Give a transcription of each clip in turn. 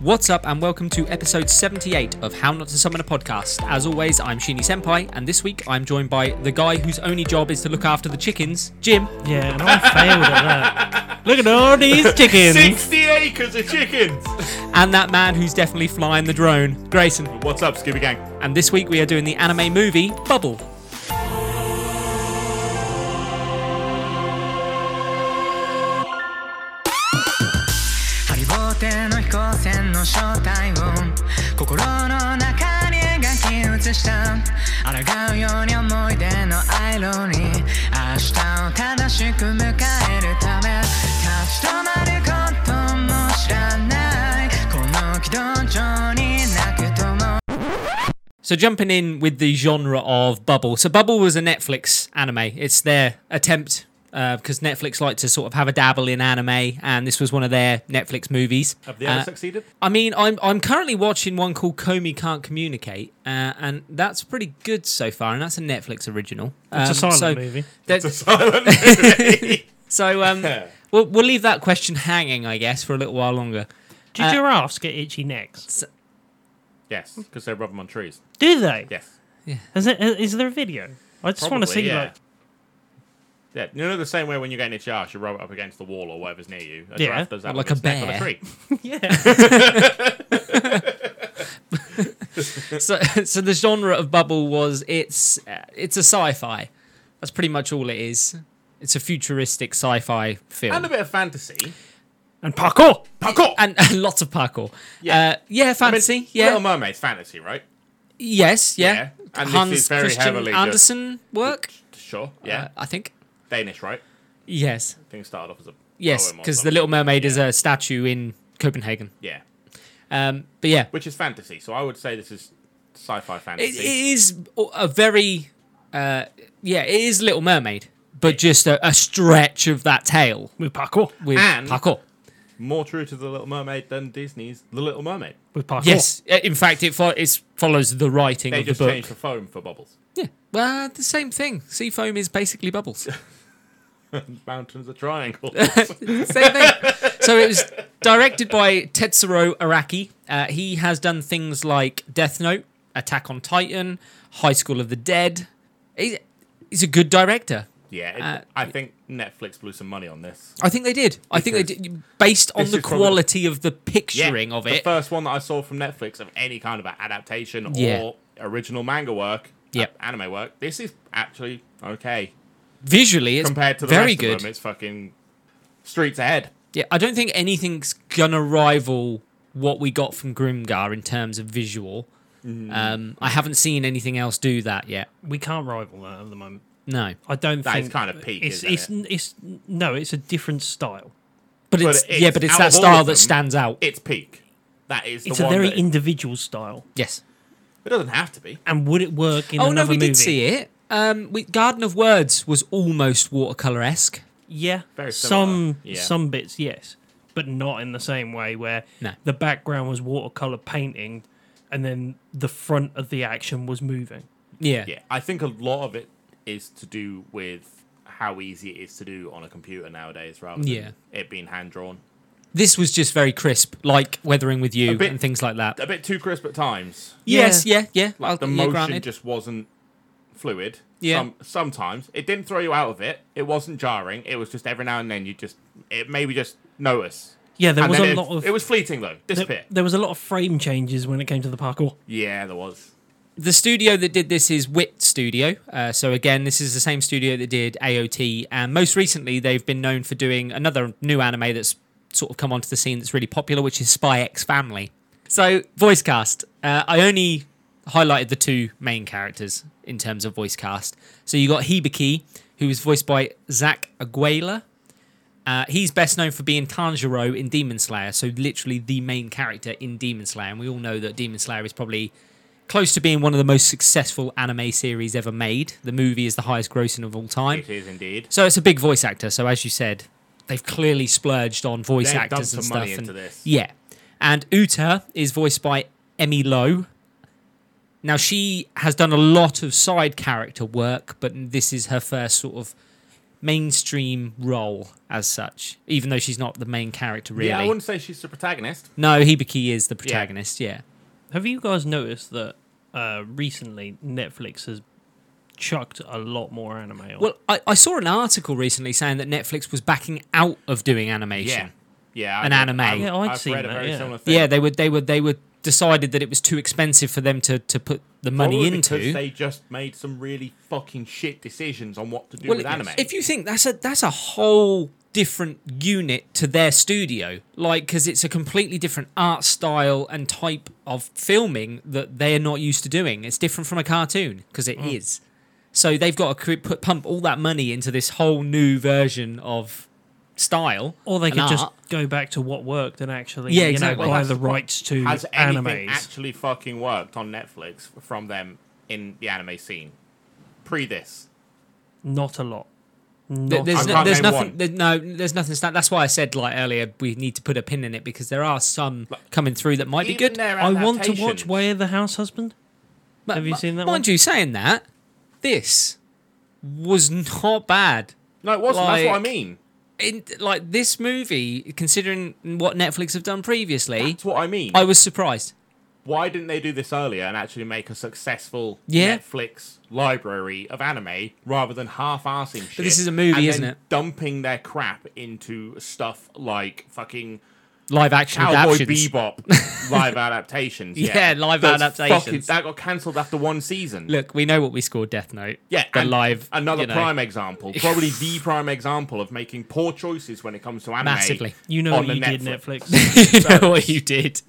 What's up, and welcome to episode 78 of How Not to Summon a Podcast. As always, I'm Shini Senpai, and this week I'm joined by the guy whose only job is to look after the chickens, Jim. Yeah, and I failed at that. Look at all these chickens. 60 acres of chickens. and that man who's definitely flying the drone, Grayson. What's up, Scooby Gang? And this week we are doing the anime movie Bubble. ハリボテの飛行船の正体を心の中に描き写した抗うように思い出のアイロンに明日を正しく迎えるため立ち止まることも知らないこの軌道上になくとも So, jumping in with the genre of Bubble. So, Bubble was a Netflix anime, it's their attempt. Because Netflix like to sort of have a dabble in anime, and this was one of their Netflix movies. Have they ever Uh, succeeded? I mean, I'm I'm currently watching one called Comey Can't Communicate, uh, and that's pretty good so far, and that's a Netflix original. Um, It's a silent so movie. that- Silent. so um, Yeah. we'll we'll leave that question hanging, I guess, for a little while longer. Do Uh, giraffes get itchy necks? yes, because they rub them on trees. Do they? Yes. Is, it, is there a video? I just want to see, Probably, yeah. like, Yeah, you know the same way when you're getting itchy arse, you rub it up against the wall or whatever's near you. A Yeah. giraffe does that Like with a its neck on bear. a tree. yeah. So so the genre of Bubble was it's uh, it's a sci-fi. That's pretty much all it is. It's a futuristic sci-fi film. And a bit of fantasy. and parkour. Parkour! and, and lots of parkour. Yeah, uh, yeah, I mean, fantasy. yeah, Little Mermaid's fantasy, right? yes, yeah. Yeah. And this Hans is very Christian heavily just- Andersen work. Sure. Yeah. uh, I think. Danish, right? Yes, Thing started off as a. yes, poem or because the something. Little Mermaid is Yeah. a statue in Copenhagen. Yeah. Um, but yeah, Which is fantasy, so I would say this is sci it, fi it fantasy. is a very, uh, yeah, it is Little Mermaid, but just a, a stretch of that tail With parkour. with And- parkour. More true to The Little Mermaid than Disney's The Little Mermaid. With parkour. Yes, uh, in fact, it fo- it's follows the writing They of the just book. changed the foam for bubbles. Yeah, well, the same thing. Sea foam is basically bubbles. Mountains are triangles. Same thing. so it was directed by Tetsuro Araki. Uh, he has done things like Death Note, Attack on Titan, High School of the Dead. He- He's a good director. Yeah, it, Uh, I think Netflix blew some money on this. I think they did. I think they Because did based on this the is probably- quality of the Yeah, picturing of the it. first one that I saw from Netflix of any kind of adaptation Yeah. or original manga work, Yep. uh, anime work. This is actually okay Visually, it's compared to the very rest good. of them. It's fucking streets ahead. Yeah, I don't think anything's gonna rival what we got from Grimgar in terms of visual. Mm-hmm. Um, I haven't seen anything else do that yet. We can't rival that at the moment. No, I don't That think. is kind of peak, It's, isn't it's, it? it's, no, it's a different style. but it's, it's- yeah, but it's out that of all style of that them, stands out. It's peak. That is the It's a one. very that- individual style. yes. it doesn't have to be. And would it work in Oh no, another we movie? did see it. Um, we, Garden of Words was almost watercolor esque. Yeah, Very similar, some yeah. some bits, yes, but not in the same way where No. the background was watercolor painting, and then the front of the action was moving. Yeah. Yeah, I think a lot of it is to do with how easy it is to do on a computer nowadays, rather than Yeah. it being hand drawn. This was just very crisp, like Weathering with You bit- and things like that. A bit too crisp at times. yes. Yeah. Yeah. Like the I'll- yeah, motion granted. just wasn't fluid. Yeah. Some, sometimes it didn't throw you out of it. It wasn't jarring. It was just every now and then you just it maybe just notice. Yeah, there And was then a it, lot of it was fleeting though. This there, bit. there was a lot of frame changes when it came to the parkour. Yeah, there was. the studio that did this is Wit Studio. Uh, so again, this is the same studio that did AOT, and most recently they've been known for doing another new anime that's sort of come onto the scene that's really popular, which is Spy X Family. So voice cast, uh, I only highlighted the two main characters in terms of voice cast. So you got Hibiki, who is voiced by Zach Aguilera. Uh, he's best known for being Tanjiro in Demon Slayer, so literally the main character in Demon Slayer. And we all know that Demon Slayer is probably close to being one of the most successful anime series ever made. The movie is the highest grossing of all time. It is indeed. So it's a big voice actor. So as you said, they've clearly splurged on voice They've actors dumped and some stuff. money and- into this. Yeah, and Uta is voiced by Emmy Lowe. Now she has done a lot of side character work, but this is her first sort of mainstream role as such, even though she's not the main character really. Yeah, I wouldn't say she's the protagonist. no, Hibiki is the protagonist. Yeah. Have you guys noticed that uh, recently Netflix has chucked a lot more anime? On? Well, I, I saw an article recently saying that Netflix was backing out of doing animation. Yeah, yeah, I An know. anime. I've- Yeah, I'd I've seen read a that, very yeah. similar thing. Yeah, they were they were they were decided that it was too expensive for them to to put the money Probably into. because they just made some really fucking shit decisions on what to do with anime. If you think that's a that's a whole different unit to their studio, like because it's a completely different art style and type of filming that they are not used to doing. It's different from a cartoon because it is. So they've got to cre- put pump all that money into this whole new version of style. or they and could just art. go back to what worked and actually, Yeah, you exactly. know, buy That's- the rights to Has anything animes. actually fucking worked on Netflix from them in the anime scene pre this? Not a lot. Th- Not There's, a no, can't lot. there's name nothing. one. There's, no, there's nothing. sta- That's why I said like earlier we need to put a pin in it because there are some coming through that might be Even good. their I want to watch adaptations- Way of the House Husband. But- Have you but- seen that Mind one? you, saying that, this was not bad. No, it wasn't. That's what I Like- mean. In, like this movie, considering what Netflix have done previously, That's what I mean. I was surprised. Why didn't they do this earlier and actually make a successful Yeah. Netflix library of anime rather than half-assing shit? this is a movie, and isn't then it? Dumping their crap into stuff like fucking Live action Cowboy adaptations. Bebop live adaptations. Yeah, Yeah, live That's adaptations. fucking- that got cancelled after one season. Look, we know what we scored. Death Note. Yeah, the and live. Another you know, prime example, probably the prime example of making poor choices when it comes to anime. Massively. You know on what you the did, Netflix. Netflix. you know what you did.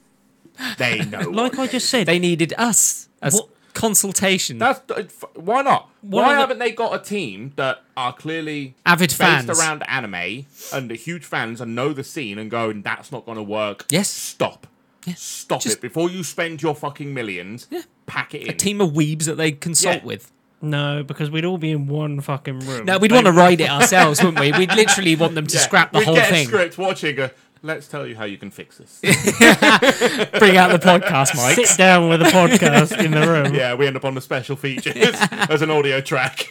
They know. like I just said, They needed us as What- consultation. That's f- why not. What why are the- haven't they got a team that are clearly Avid based fans. around anime and are huge fans and know the scene and go, that's not going to work. Yes. stop, stop Just- it before you spend your fucking millions. Pack it in. a team of weebs that they consult Yeah. with. no, because we'd all be in one fucking room. No, we'd They- want to ride it ourselves, wouldn't we? We'd literally want them to Yeah, scrap the we'd whole get thing. A script watching. A, Let's tell you how you can fix this. Bring out the podcast, Mike. sit down with a podcast in the room. yeah, we end up on the special features as an audio track.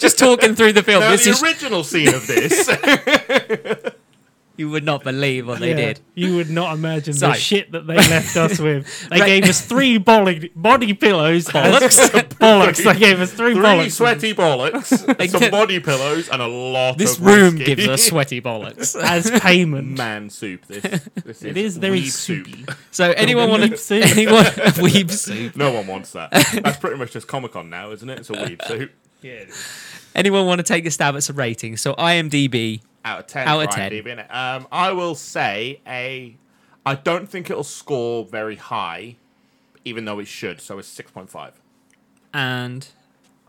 Just talking through the film. Now, this the is original scene of this. You would not believe what they Yeah, did. You would not imagine So- the shit that they left us with. They Right. gave us three body, body pillows. Bollocks. bollocks. They gave us three, Three bollocks. sweaty bollocks, some get- body pillows, and a lot This of room whiskey. gives us sweaty bollocks. as payment. man soup. This, this It is very weeb soupy. So anyone want weeb to soup. anyone weeb soup? No one wants that. That's pretty much just Comic Con now, isn't it? It's a weeb soup. Yeah. Anyone want to take a stab at some ratings? So IMDb. Out of ten. Out of for 10. IMDb, innit? Um, I will say a. I don't think it'll score very high, even though it should. So it's six point five. and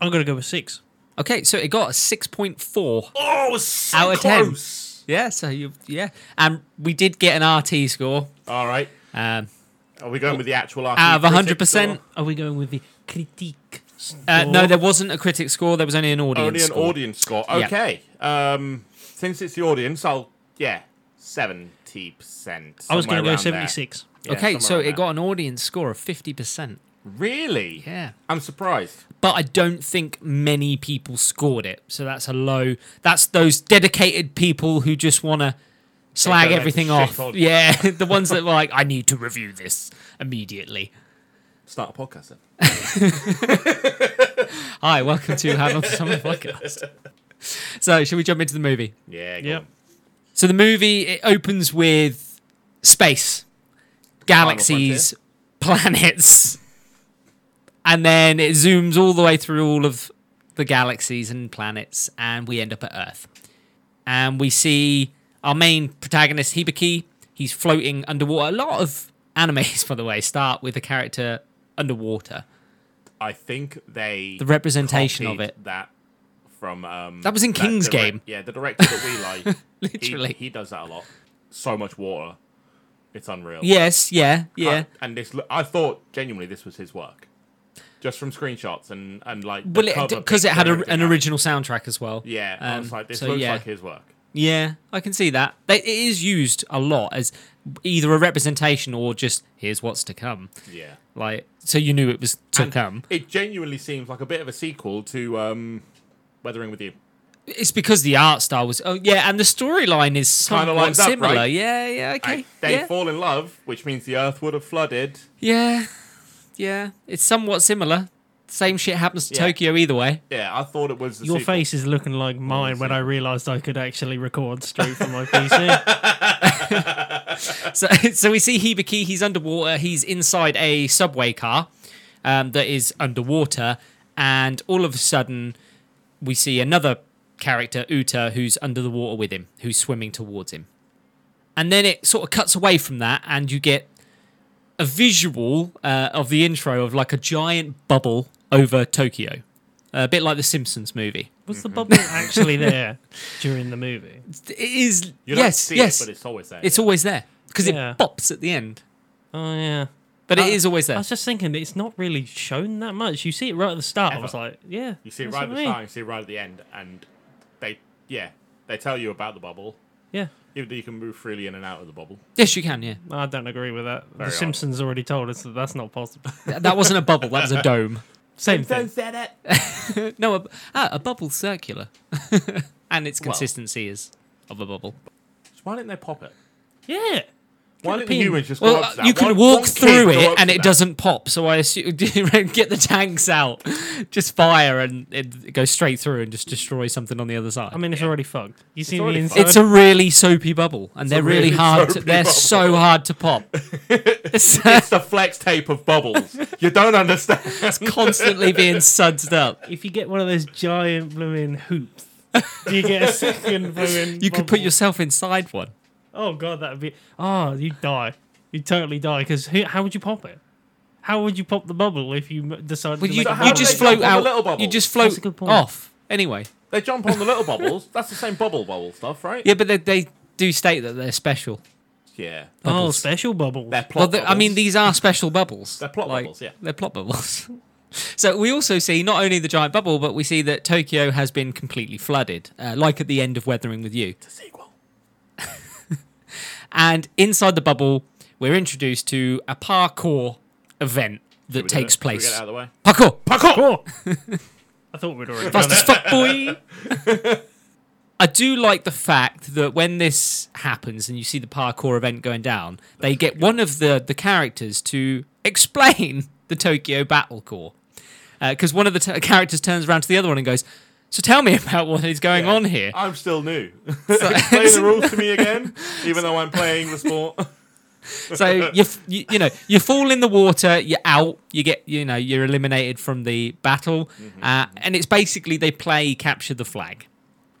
I'm gonna go with six. okay, so it got a six point four. Oh, it was so Out of 10. close. Yeah, so you yeah, and we did get an RT score. All right. Um, Are we going with the actual RT out of critic hundred percent. score? Are we going with the critique? Uh, score? no, there wasn't a critic score. There was only an audience. Only an score. audience score. Yeah. Okay. Um, since it's the audience, I'll yeah, seventy percent. I was gonna go seventy-six. okay, so it got an audience score of fifty percent. really. Yeah. I'm surprised. but I don't think many people scored it. So that's a low. That's those dedicated people who just want to slag Take their everything mental off. shit on. Yeah, the ones that were like, I need to review this immediately. Start a podcast then. Hi, welcome to Have on Summer Podcast. So, shall we jump into the movie? Yeah. Go Yeah. on. So the movie it opens with space, galaxies, planets, and then it zooms all the way through all of the galaxies and planets, and we end up at Earth. And we see our main protagonist Hibiki. He's floating underwater. A lot of animes, by the way, start with a character underwater. I think they The representation of copied it. That from um That was in King's direct- Game. Yeah, the director that we like. Literally. he, he does that a lot. So much water, it's unreal. Yes, yeah, yeah. I- and this, lo- I thought genuinely this was his work, just from screenshots and and like well, because it, had a, an original. original soundtrack as well. Yeah, I was Um, like, this so looks yeah. like his work. Yeah, I can see that. They- It is used a lot as either a representation or just here's what's to come. Yeah. Like, so you knew it was to come. It genuinely seems like a bit of a sequel to um, Weathering with You. It's because the art style was. Oh yeah, and the storyline is Kinda somewhat like that, similar. right? Yeah, yeah, okay. Like, they yeah. fall in love, which means the Earth would have flooded. yeah, yeah. It's somewhat similar. Same shit happens to Yeah. Tokyo either way. Yeah, I thought it was the Your sequel. face is looking like mine when I realised I could actually record straight from my PC. So, so we see Hibiki. He's underwater. He's inside a subway car um, that is underwater, and all of a sudden, we see another character, Uta, who's under the water with him, who's swimming towards him. And then it sort of cuts away from that, and you get a visual uh, of the intro of like a giant bubble over Tokyo, a bit like the Simpsons movie. Was the bubble actually there during the movie? It is You don't yes, see yes, it, but it's always there. it's always there because Yeah. it pops at the end, Oh yeah. but I- Uh, it is always there. I was just thinking it's not really shown that much. You see it right at the start. I was like, yeah. You see it that's right at what the I mean. start, you see it right at the end, and they, yeah, they tell you about the bubble. Yeah. You, you can move freely in and out of the bubble. Yes, you can. Yeah, I don't agree with that. Very the Simpsons already told us that that's not possible. Th- that wasn't a bubble. That was a dome. Same thing. said it. No, a, ah, a bubble circular, and its consistency is of a bubble. So why didn't they pop it? Yeah. Why didn't the pin. humans just go Well, up to uh, that? you can One- walk one kid through go it up and to it that. doesn't pop. So I assume get the tanks out, just fire, and it goes straight through and just destroy something on the other side. I mean, it's already fucked. You see the already inside. it's a really soapy bubble, and they're really, really hard. To, soapy they're bubble. so hard to pop. it's, It's the flex tape of bubbles. you don't understand. constantly being sudsed up. if you get one of those giant blooming hoops, do you get a second blooming? You could put bubble? yourself inside one. Oh god, that'd be. Oh, you'd die. You'd totally die because how would you pop it? How would you pop the bubble if you m- decided Well, to you, make a how you do bubble? just they jump float on the little out. You bubbles? just That's a float good point. off. Anyway. they jump on the little bubbles. That's the same bubble bubble stuff, right? Yeah, but they, they do state that they're special. Yeah. Oh, Bubbles. special bubble. They're plot well, the- I bubbles. mean, these are special bubbles. They're plot bubbles, yeah. They're plot bubbles. so we also see not only the giant bubble, but we see that Tokyo has been completely flooded, uh, like at the end of Weathering with You. It's a sequel. And inside the bubble, we're introduced to a parkour event that Should we do takes it? Should we place. Get it out of the way. Parkour, Parkour. I thought we'd already done fast as that. fuck, boy. I do like the fact that when this happens and you see the parkour event going down, they get one of the, the characters to explain the Tokyo Battle Corps. Because one of the t- characters turns around to the other one and goes, So tell me about what is going on here. I'm still new. Explain the rules to me again, even though I'm playing the sport. So you, f- you you know you fall in the water, you're out, you get you know you're eliminated from the battle, uh, and it's basically they play capture the flag.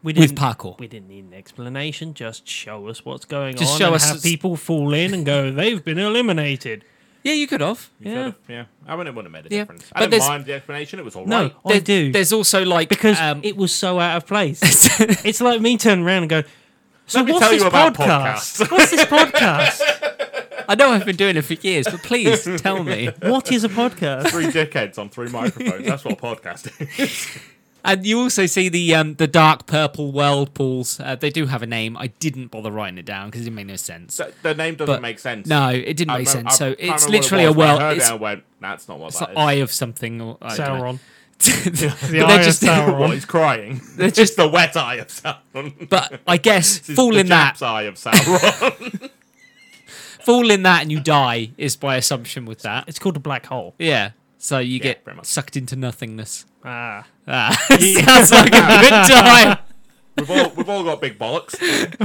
We With parkour. We didn't need an explanation. Just show us what's going Just on. show and us Have it's- people fall in and go. They've been eliminated. Yeah, you could have. Yeah. yeah. I mean, it wouldn't have made a Yeah. difference. But I there's- didn't mind the explanation. It was all right. No, I There- do There's also like because um, it was so out of place. it's like me turning around and going. So Let me what's tell this you about podcast? what's this podcast? I know I've been doing it for years, but please tell me. What is a podcast? Three dickheads on three microphones. That's what podcasting is. And you also see the um, the dark purple world pools. Uh, they do have a name. I didn't bother writing it down because it made no sense. The- The name doesn't But- make sense. No, it didn't I make remember- sense. I So can't it's remember what it literally a was, but world. I heard It's, that and went, that's not what it's that the is." eye of something. Or, I don't know. Sauron. They're eye of just- Sauron. What, he's crying. They're It's just the wet eye of Sauron. But I guess It's fall the in that, Jap's eye of Sauron. fall in that, and you die is by assumption with that. It's called a black hole. Yeah. So you get pretty much. sucked into nothingness. Ah. Ah, sounds like a good time. we've, all, we've all got big bollocks.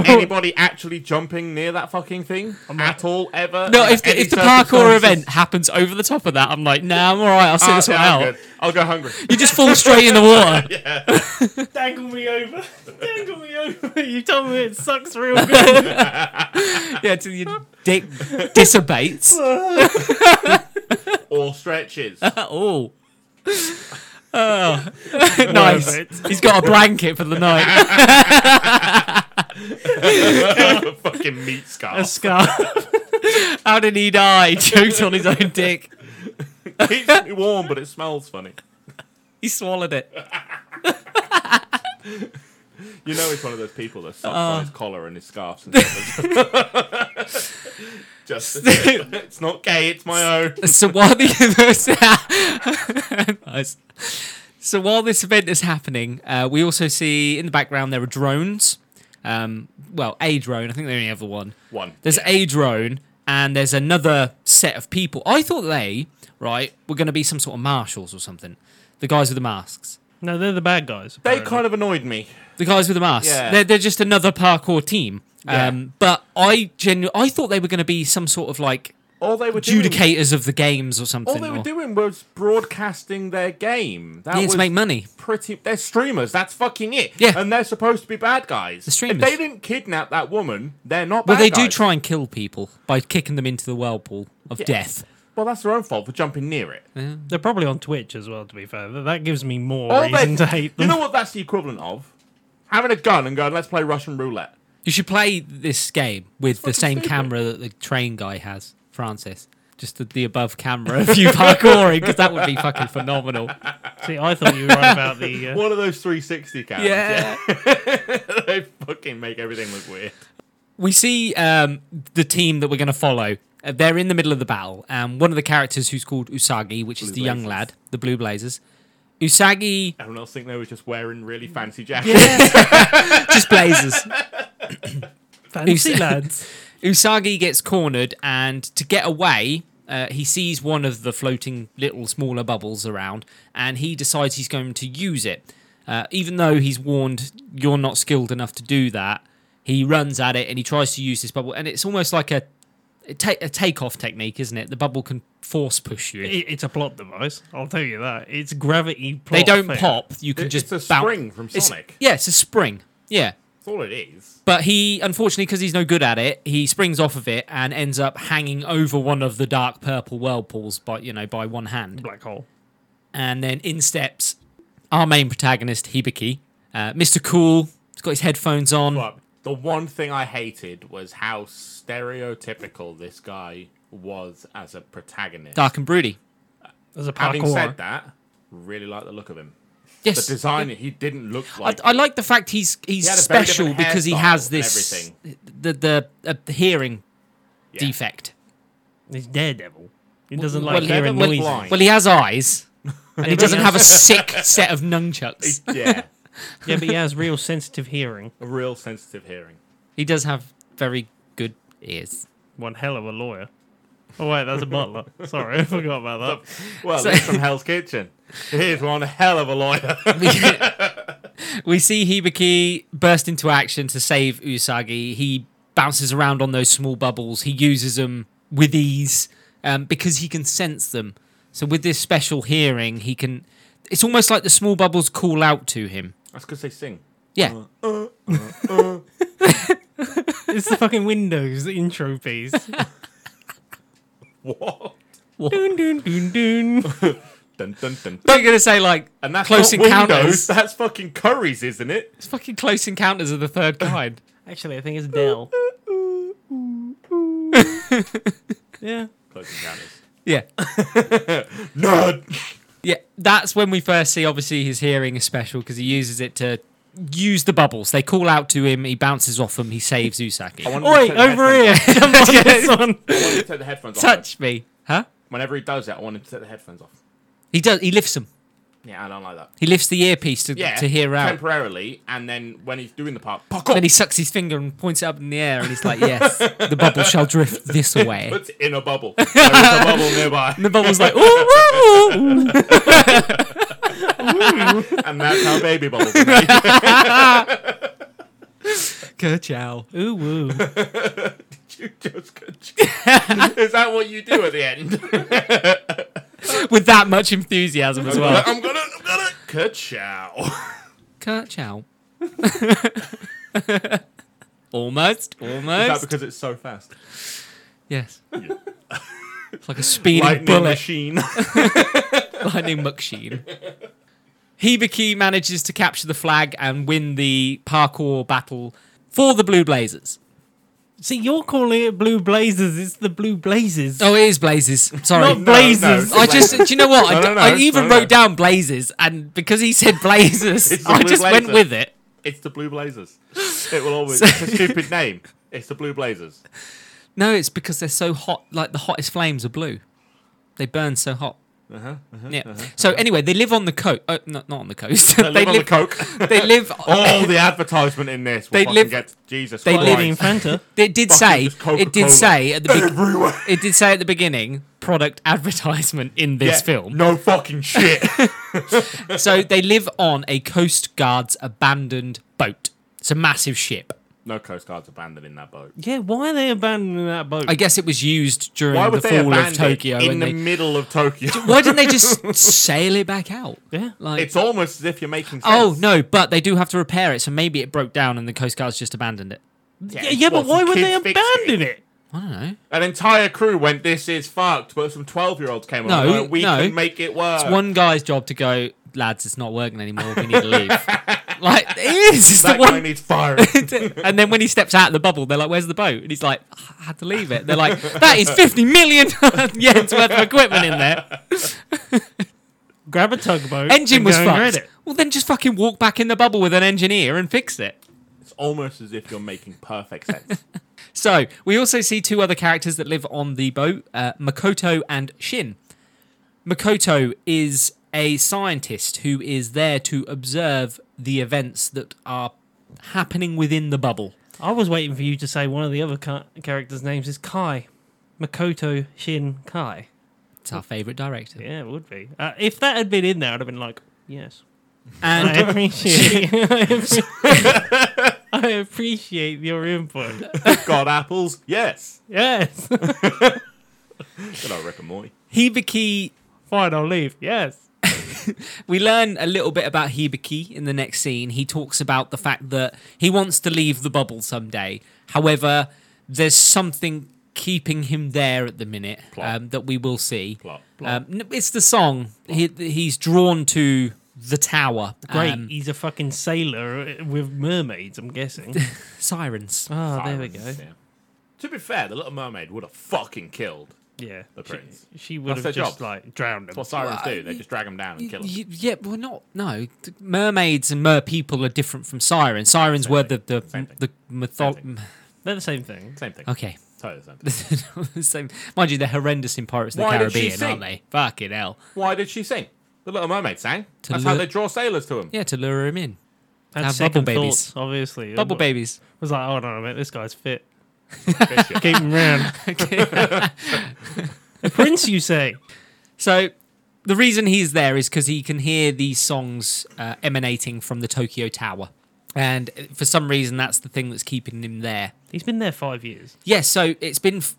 Anybody actually jumping near that fucking thing at all ever? No, in if the, any if the parkour circumstances? event happens over the top of that, I'm like, nah, I'm all right. I'll sit Ah, this one yeah, out. I'm good. I'll go hungry. You just fall straight in the water. Dangle me over. Dangle me over. You told me it sucks real good. Yeah, till your dick dissipates. Or stretches. oh. Oh. nice. it. He's got a blanket for the night. fucking meat A scarf. scar. How did he die? Choked on his own dick. Keeps me warm, but it smells funny. He swallowed it. You know he's one of those people that sucks Ah. on his collar and his scarves and stuff. Just it's not gay, it's my own. So while the universe nice. So while this event is happening, uh, we also see in the background there are drones. Um, well, a drone. I think they only have the one. One. There's a drone, and there's another set of people. I thought they right were going to be some sort of marshals or something. The guys with the masks. No, they're the bad guys. They kind of annoyed me. The guys with the masks. Yeah. They're, they're just another parkour team. Yeah. Um, but I genu- I thought they were going to be some sort of like All they were doing, adjudicators of the games or something. all they were or- doing was broadcasting their game. That Yeah, was to make money. pretty. They're streamers. That's fucking it. Yeah. and they're supposed to be bad guys. They're streamers. If they didn't kidnap that woman, they're not. Well, bad they do guys. try and kill people by kicking them into the whirlpool of death. Well, that's their own fault for jumping near it. They're probably on Twitch as well. To be fair, Th- that gives me more All reason Oh, they- to hate You them. know what? That's the equivalent of having a gun and going, "Let's play Russian roulette." You should play this game with the fucking same stupid. camera that the train guy has, Francis. Just the, the above camera of you parkouring, because that would be fucking phenomenal. See, I thought you were right about the. Uh, One of those 360 cams. Yeah. they fucking make everything look weird. we see um, the team that we're going to follow. Uh, they're in the middle of the battle, and one of the characters who's called Usagi, which is Blue the young Blazers. lad, the Blue Blazers. Usagi Everyone else think they were just wearing really fancy jackets. just blazers. fancy Who's- lads. Usagi gets cornered, and to get away, uh, he sees one of the floating little smaller bubbles around, and he decides he's going to use it. Uh, even though he's warned you're not skilled enough to do that, he runs at it and he tries to use this bubble, and it's almost like a a, ta- a takeoff technique, isn't it? The bubble can force push you. It, it's a plot device. I'll tell you that. It's gravity. Plot they don't thing. pop. You can It- just it's a bounce- spring from It's- Sonic. yeah, it's a spring. Yeah. That's all it is. But he, unfortunately, because he's no good at it, he springs off of it and ends up hanging over one of the dark purple whirlpools by, you know, by one hand. Black hole. And then in steps our main protagonist, Hibiki. Uh, Mr. Cool, he's got his headphones on. But the one thing I hated was how stereotypical this guy was as a protagonist. Dark and broody. There's a Having parkour. said that, really like the look of him. The Yes. design, he didn't look I, like. I like the fact he's he's He had a very special different because he hairstyle has and this the the, uh, hearing yeah. defect. He's Daredevil. He doesn't well, like he- hearing well, noises. blind. Well, he has eyes, and he but doesn't he have a has- sick set of nunchucks. Yeah, Yeah, but he has real sensitive hearing. a real sensitive hearing. He does have very good ears. One hell of a lawyer. Oh wait, that's a butler. Sorry, I forgot about that. Well, So- he's from Hell's Kitchen. He's one hell of a lawyer. we see Hibiki burst into action to save Usagi. He bounces around on those small bubbles. He uses them with ease um, because he can sense them. So with this special hearing, he can. It's almost like the small bubbles call out to him. That's because they sing. Yeah, It's the fucking Windows intro piece. What? doon, doon, doon, doon. Dun, dun, dun. they're gonna say like And that's close not Windows. encounters. That's fucking Curry's, isn't it? It's fucking close encounters of the third kind. Actually, I think it's Dell. yeah. Close encounters. Yeah, Nerd. yeah. That's when we first see. Obviously, his hearing is special because he uses it to use the bubbles. They call out to him. He bounces off them. He saves Usagi. wanted to Oi, take the over here. headphones Come on, this one. off. I wanted to take the headphones off. Touch me, huh? Whenever he does it, I want him to take the headphones off. He does. He lifts them. Yeah, I don't like that. He lifts the earpiece to, Yeah, to hear out. temporarily, and then when he's doing the part, And then he sucks his finger and points it up in the air, and he's like, "Yes, the bubble shall drift this way." puts in a bubble. There is a bubble nearby, And the bubble's like, "Ooh, ooh, ooh, ooh." and that's how baby bubbles. Are made. Ka-chow. Ooh, woo. You just could- Is that what you do at the end? With that much enthusiasm as well. I'm gonna, I'm gonna, ka-chow. Ka-chow. almost, Is that almost. because it's so fast? yes. It's like a speeding Lightning bullet. machine. Lightning machine. Hibiki manages to capture the flag and win the parkour battle for the Blue Blazers. See, you're calling it Blue Blazers. It's the Blue Blazers. Oh, it is Blazes. Sorry. Not Blazers. no, no. I just, do you know what? I, No, no, no, I even no, no. wrote down Blazers, and because he said Blazers, It's I the just Blue went Blazer. with it. it's the Blue Blazers. It will always. It's a stupid name. It's the Blue Blazers. No, it's because they're so hot. Like the hottest flames are blue. They burn so hot. Uh-huh, yeah. so anyway, they live on the coast. Uh, not not on the coast. They, live on the coke. They live. All the advertisement in this. Will They fucking live- Get, Jesus they Christ. live- Living Fanta. It did Fucking say. just Coca-Cola. It did say at the. Be- everywhere. it did say at the beginning product advertisement in this Yeah, film. No fucking shit. So they live on a coast guard's abandoned boat. It's a massive ship. no coast guards abandoned in that boat. Yeah, why are they abandoning that boat? I guess it was used during Why the would they fall of abandon Tokyo. it in and the they, middle of Tokyo? why didn't they just sail it back out? yeah. Like, It's almost as if you're making sense. oh no, but they do have to repair it, so maybe it broke down and the coast guards just abandoned it. Yeah, yeah, but well, why some would they kids fixed abandon it? I don't know. An entire crew went, "This is fucked," but some twelve-year-olds came No, along. and went, we no. can make it work. It's one guy's job to go, lads. It's not working anymore. We need to leave. like it is. It's the that one. guy needs firing. and then when he steps out of the bubble, they're like, "Where's the boat?" And he's like, "I had to leave it." They're like, "That is fifty million yen's worth of equipment in there. Grab a tugboat. Engine and was go and get fucked." Well, then just fucking walk back in the bubble with an engineer and fix it. it's almost as if you're making perfect sense. So we also see two other characters that live on the boat: uh, Makoto and Shin. Makoto is a scientist who is there to observe the events that are happening within the bubble. I was waiting for you to say one of the other ca- characters' names is Kai. Makoto Shin Kai. It's our favorite director. Yeah, it would be. Uh, if that had been in there, I'd have been like, yes. I And appreciate I appreciate your input. God, apples, yes. Yes. Good old Rick and Morty. Hibiki Fine, I'll leave. Yes. We learn a little bit about Hibiki in the next scene. He talks about the fact that he wants to leave the bubble someday. However, there's something keeping him there at the minute Plot. um, that we will see. Plot. Um, n- it's the song. He, he's drawn to the tower. Great. Um, He's a fucking sailor uh, with mermaids, I'm guessing. sirens. Oh, there we go. Sirens, yeah. To be fair, the Little Mermaid would have fucking killed. Yeah. The She, prince. she would That's have their just job. like drowned him. That's what sirens Well, do. They just drag them down and kill them. Y- yeah, well, not no. Th- Mermaids and mer people are different from sirens. Sirens were the the Same thing. the Same mytho- They're the same thing. Same thing. Okay. Totally the same thing. Same. Mind you, they're horrendous in Pirates of the Why did she Caribbean, aren't sing? they? Fucking hell. Why did she sing? The Little Mermaid sang. To That's lure- how they draw sailors to them. Yeah, to lure him in. Had Now, second bubble babies. thoughts, obviously. Bubble baby babies. was like, hold on a minute, this guy's fit. Bishop. Keep him round. a prince, you say? So the reason he's there is because he can hear these songs uh, emanating from the Tokyo Tower. And uh, for some reason, that's the thing that's keeping him there. He's been there five years. Yes, so it's been. F-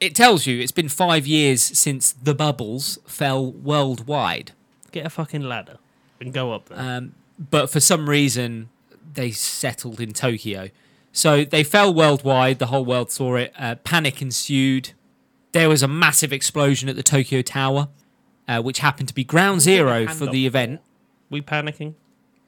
it tells you it's been five years since the bubbles fell worldwide. Get a fucking ladder and go up there. Um, but for some reason, they settled in Tokyo. So they fell worldwide. The whole world saw it. Uh, panic ensued. There was a massive explosion at the Tokyo Tower, uh, which happened to be ground zero hand for up the event. we panicking?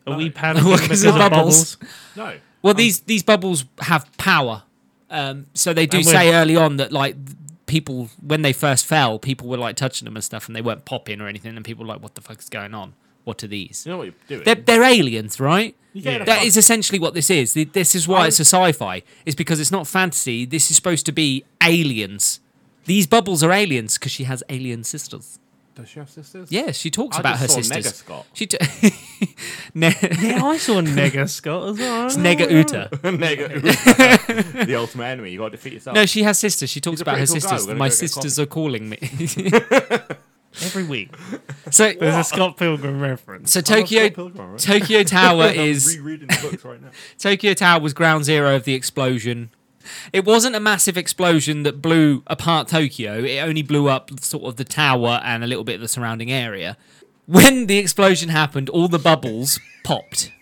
Are we No. panicking because of bubbles? No. Oh. Well, these these bubbles have power. Um, so they do And we're- say early on that like th- people when they first fell, people were like touching them and stuff, and they weren't popping or anything. And people were like, "What the fuck is going on? What are these? You know what you're doing? They're, they're aliens, right?" You get a That fuck- is essentially what this is. Th- This is why it's a sci-fi. It's because it's not fantasy. This is supposed to be aliens. These bubbles are aliens because she has alien sisters. Does she have sisters? Yeah, she talks I about just her saw Nega sisters. Scott. She t- ne- Yeah, I saw Nega Scott as well. Nega Uta. Nega. the ultimate enemy. You got to defeat yourself. No, she has sisters. She talks He's a about her pretty cool guy. sisters. We're gonna My go get sisters coffee. are calling me. Every week. so, There's a Scott Pilgrim reference. so Tokyo Tokyo Tower is rereading the books right now. Tokyo Tower was ground zero of the explosion. It wasn't a massive explosion that blew apart Tokyo. It only blew up sort of the tower and a little bit of the surrounding area. When the explosion happened, all the bubbles popped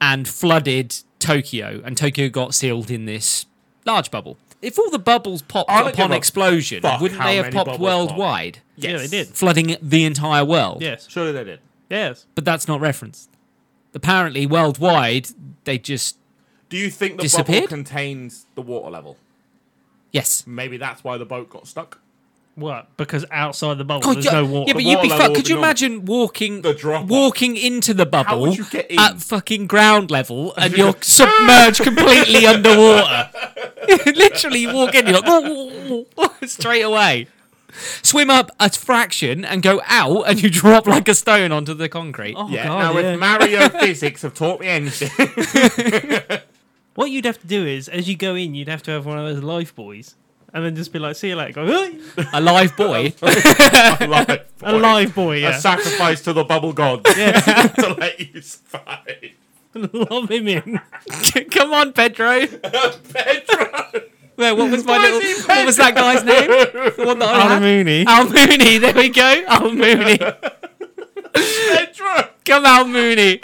and flooded Tokyo, and Tokyo got sealed in this large bubble. If all the bubbles popped I don't upon give a explosion, fuck wouldn't how they have many popped bubbles worldwide, Yeah, they did. flooding the entire world? Yes. Surely they did. Yes. But that's not referenced. Apparently, worldwide, they just Do you think the Disappeared? bubble contains the water level? yes. Maybe that's why the boat got stuck. What? Because outside the bubble, God, there's yeah, no water. Yeah, but The you'd be water level fucked. would Could be you normal. imagine walking The drop-off. walking into the bubble would you get in? at fucking ground level and you're submerged completely underwater? Literally, you walk in, you're like, "Whoa, whoa, whoa," straight away. swim up a fraction and go out, and you drop like a stone onto the concrete. Oh yeah. god, now, yeah. if Mario physics have taught me anything, what you'd have to do is, as you go in, you'd have to have one of those life boys, and then just be like, "See you later." Go, "Oi!" A live boy. a live boy, a live boy, a yeah. sacrifice to the bubble god yeah, to let you survive. lob him in. Come on, Pedro. Pedro, Where, what was my Why is little? he What was that guy's name? The one that I had? Mooney. Al Mooney. There we go. Al Mooney. Pedro, Come Al Mooney.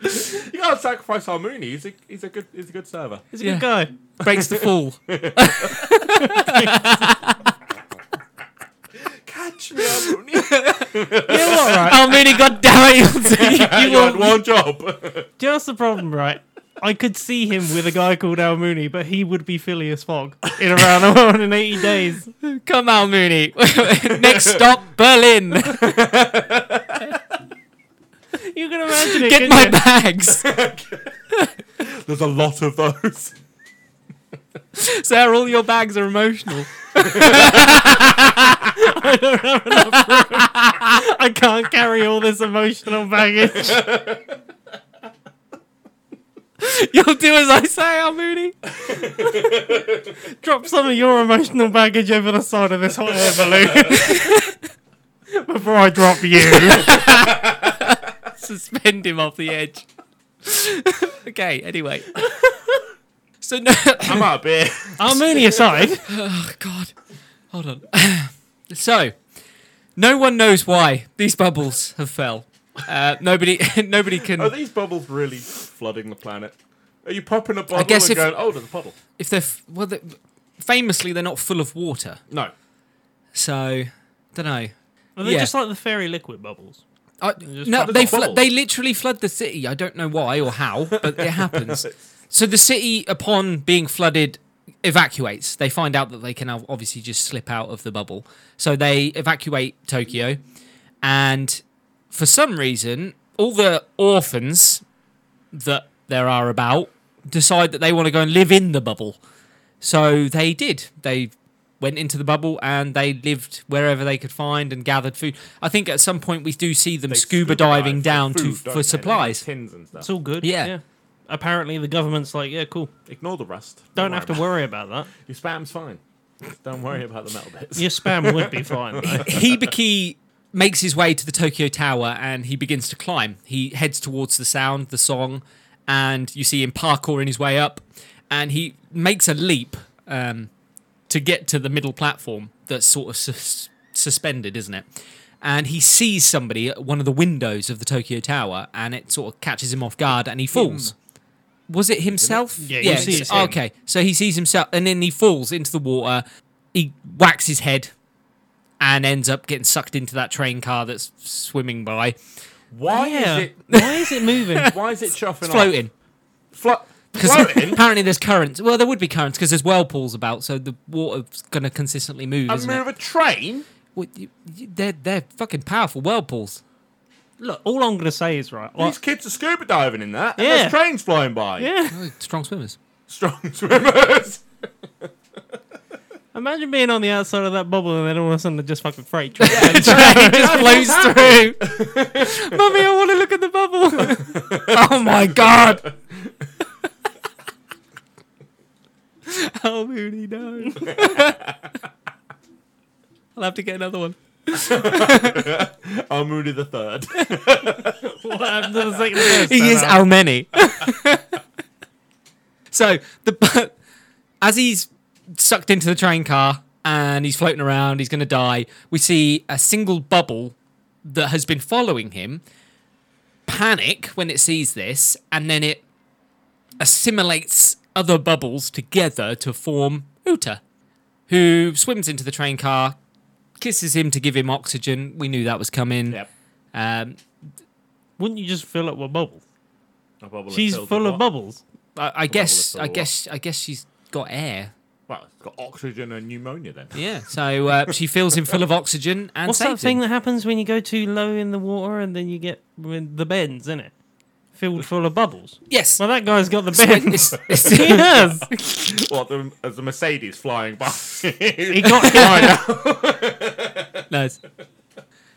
you gotta sacrifice our Mooney. He's a he's a good he's a good server. He's a Yeah. good guy. Breaks the fall. Catch me, our Mooney. You know what, right? Al Mooney. God damn it! you You, you had will. one job. Just the problem, right? I could see him with a guy called Al Mooney, but he would be Phileas Fogg in around 180 days. Come Al Mooney. Next stop, Berlin. You can imagine it. Get couldn't my you? bags. There's a lot of those. Sarah, all your bags are emotional. I can't carry all this emotional baggage. You'll do as I say, Al Mooney. Drop some of your emotional baggage over the side of this hot air balloon before I drop you. Suspend him off the edge. okay, anyway. So, no. I'm out of beer. Al Mooney aside, Oh, God. Hold on. so, no one knows why these bubbles have fell. Uh, nobody, nobody can. Are these bubbles really flooding the planet? Are you popping a bottle guess and if- going, oh, there's a puddle? if they're f- well, they famously they're not full of water. No. So, don't know. are they Yeah. just like the fairy liquid bubbles? I, just no, flooded they the flo- whole. they literally flood the city. I don't know why or how, but it happens. So the city, upon being flooded, evacuates. They find out that they can ob- obviously just slip out of the bubble, so they evacuate Tokyo, and for some reason, all the orphans that there are about decide that they want to go and live in the bubble. So they did. They went into the bubble and they lived wherever they could find and gathered food. I think at some point we do see them They scuba, dive diving for down food, to don't for they? supplies. They need Tins and stuff. It's all good. Yeah. Apparently, the government's like, yeah, cool. Ignore the rust. Don't have to about worry about that. it. Your spam's fine. Don't worry about the metal bits. Your spam would be fine. though. Hibiki makes his way to the Tokyo Tower and he begins to climb. He heads towards the sound, the song, and you see him parkouring his way up. And he makes a leap um, to get to the middle platform that's sort of sus- suspended, isn't it? And he sees somebody at one of the windows of the Tokyo Tower and it sort of catches him off guard and he falls. Was it himself? Yeah, you see it's him. Okay, so he sees himself and then he falls into the water. He whacks his head, and ends up getting sucked into that train car that's swimming by, Why Yeah. is it? Why is it moving? Why is it chuffing? floating. Off? Flo- 'Cause floating. apparently there's currents. Well, there would be currents because there's whirlpools about, so the water's gonna consistently move. and Isn't move it? a train. Well, you- you- they're they're fucking powerful whirlpools. Look, all I'm gonna say is right. These kids are scuba diving in that. And Yeah. There's trains flying by. yeah. Oh, Strong swimmers. Strong swimmers. Imagine being on the outside of that bubble and then all of a sudden they're just fucking freight train. Train just blows through. Mummy, I want to look at the bubble. oh my god. How moody he knows? I'll have to get another one. I'm Moody the third. what happened to the second verse? he Don't is know. how many? so the bu- as he's sucked into the train car and he's floating around, he's going to die. We see a single bubble that has been following him panic when it sees this, and then it assimilates other bubbles together to form Uta, who swims into the train car, kisses him to give him oxygen. We knew that was coming. yep. Um, Wouldn't you just fill up with bubbles? A bubble that She's fills full the of bottle. bubbles. I, I guess, sort I of guess, I guess she's got air. Well, it's got oxygen and pneumonia then. Yeah. So uh, she fills him full of oxygen and What's saves that thing him. that happens when you go too low in the water and then you get with the bends, isn't it? filled full of bubbles. Yes. Well, that guy's got the It's- bend. it's- he has. What the, as the Mercedes flying by? He got Nice.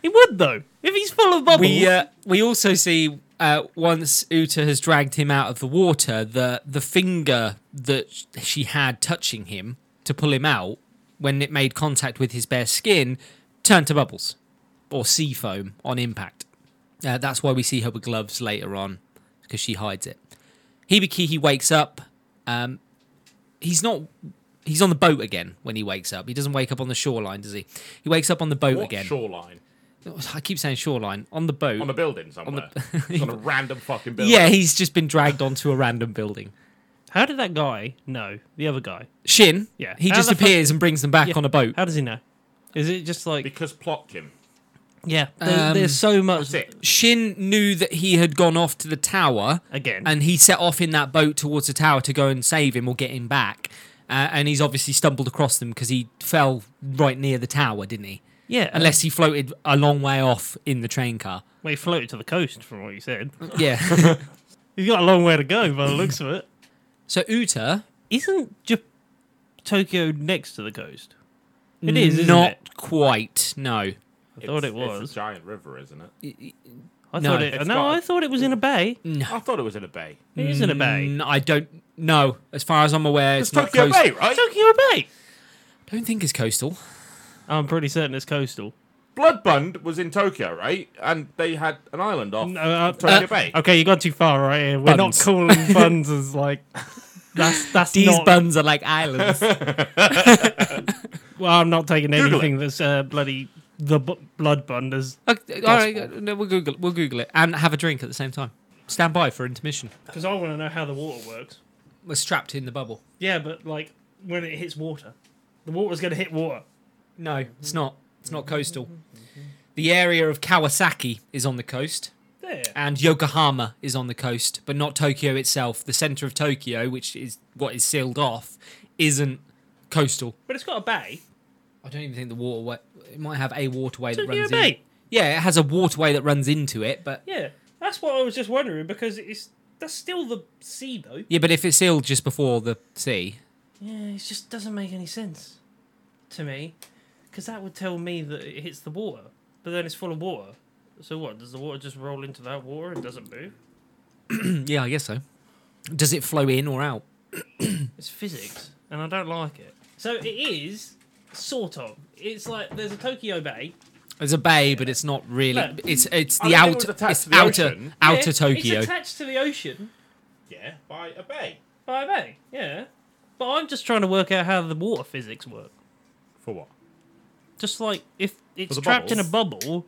He would though if he's full of bubbles. We uh, we also see uh, once Uta has dragged him out of the water, the the finger that sh- she had touching him to pull him out when it made contact with his bare skin turned to bubbles or sea foam on impact. Uh, that's why we see her with gloves later on because she hides it. Hibiki he wakes up. Um, he's not. He's on the boat again when he wakes up. He doesn't wake up on the shoreline, does he? He wakes up on the boat What again. shoreline? I keep saying shoreline on the boat. On a building somewhere. On, a random fucking building. yeah, he's just been dragged onto a random building. How did that guy know? The other guy. Shin, Yeah. he How just the fuck- appears and brings them back Yeah. on a boat. How does he know? Is it just like Because Plotkin. yeah? There, Um, there's so much. That's it. Shin knew that he had gone off to the tower Again. and he set off in that boat towards the tower to go and save him or get him back. Uh, and he's obviously stumbled across them because he fell right near the tower, didn't he? Yeah, Unless he floated a long way off in the train car. well, he floated to the coast from what you said. Yeah. He's got a long way to go by the looks of it. so Uta, Isn't J- Tokyo next to the coast? It is, isn't not it? quite. No. I thought it It's a was. giant river, isn't it? I No. thought it. It's No, got- I thought it was in a bay. I thought it was in a bay. It is in a bay. Mm, I don't know. As far as I'm aware, it's, It's not Tokyo coast- Bay, right? Tokyo Bay. I don't think it's coastal. I'm pretty certain it's coastal. Bloodbund was in Tokyo, right? And they had an island off No, uh, Tokyo uh, Bay. Okay, you got too far right here. We're Buns. not calling buns as like that's that's These not. buns are like islands. well, I'm not taking Google it. anything that's uh, bloody the bu- blood bun as okay, all right, uh, no, we'll Google. We'll Google it and have a drink at the same time. Stand by for intermission. because I want to know how the water works. We're strapped in the bubble. Yeah, but like when it hits water, the water's going to hit water. No, it's not. It's not coastal. The area of Kawasaki is on the coast, There. and Yokohama is on the coast, but not Tokyo itself. The center of Tokyo, which is what is sealed off, isn't coastal. But it's got a bay. I don't even think the waterway. It might have a waterway that Tokyo runs in. Bay. Yeah, it has a waterway that runs into it, but Yeah, that's what I was just wondering because it's that's still the sea though. yeah, but if it's sealed just before the sea, Yeah, it just doesn't make any sense to me because that would tell me that it hits the water, but then it's full of water. So what? Does the water just roll into that water and doesn't move? Yeah, I guess so. Does it flow in or out? It's physics, and I don't like it. So it is sort of. It's like there's a Tokyo Bay. It's a bay, but it's not really. Look, It's it's I the don't think it was outer, attached it's to the outer, ocean. Yeah, outer Tokyo. It's attached to the ocean Yeah, by a bay. by a bay. Yeah, but I'm just trying to work out how the water physics work. For what? Just like if it's the trapped in a bubble,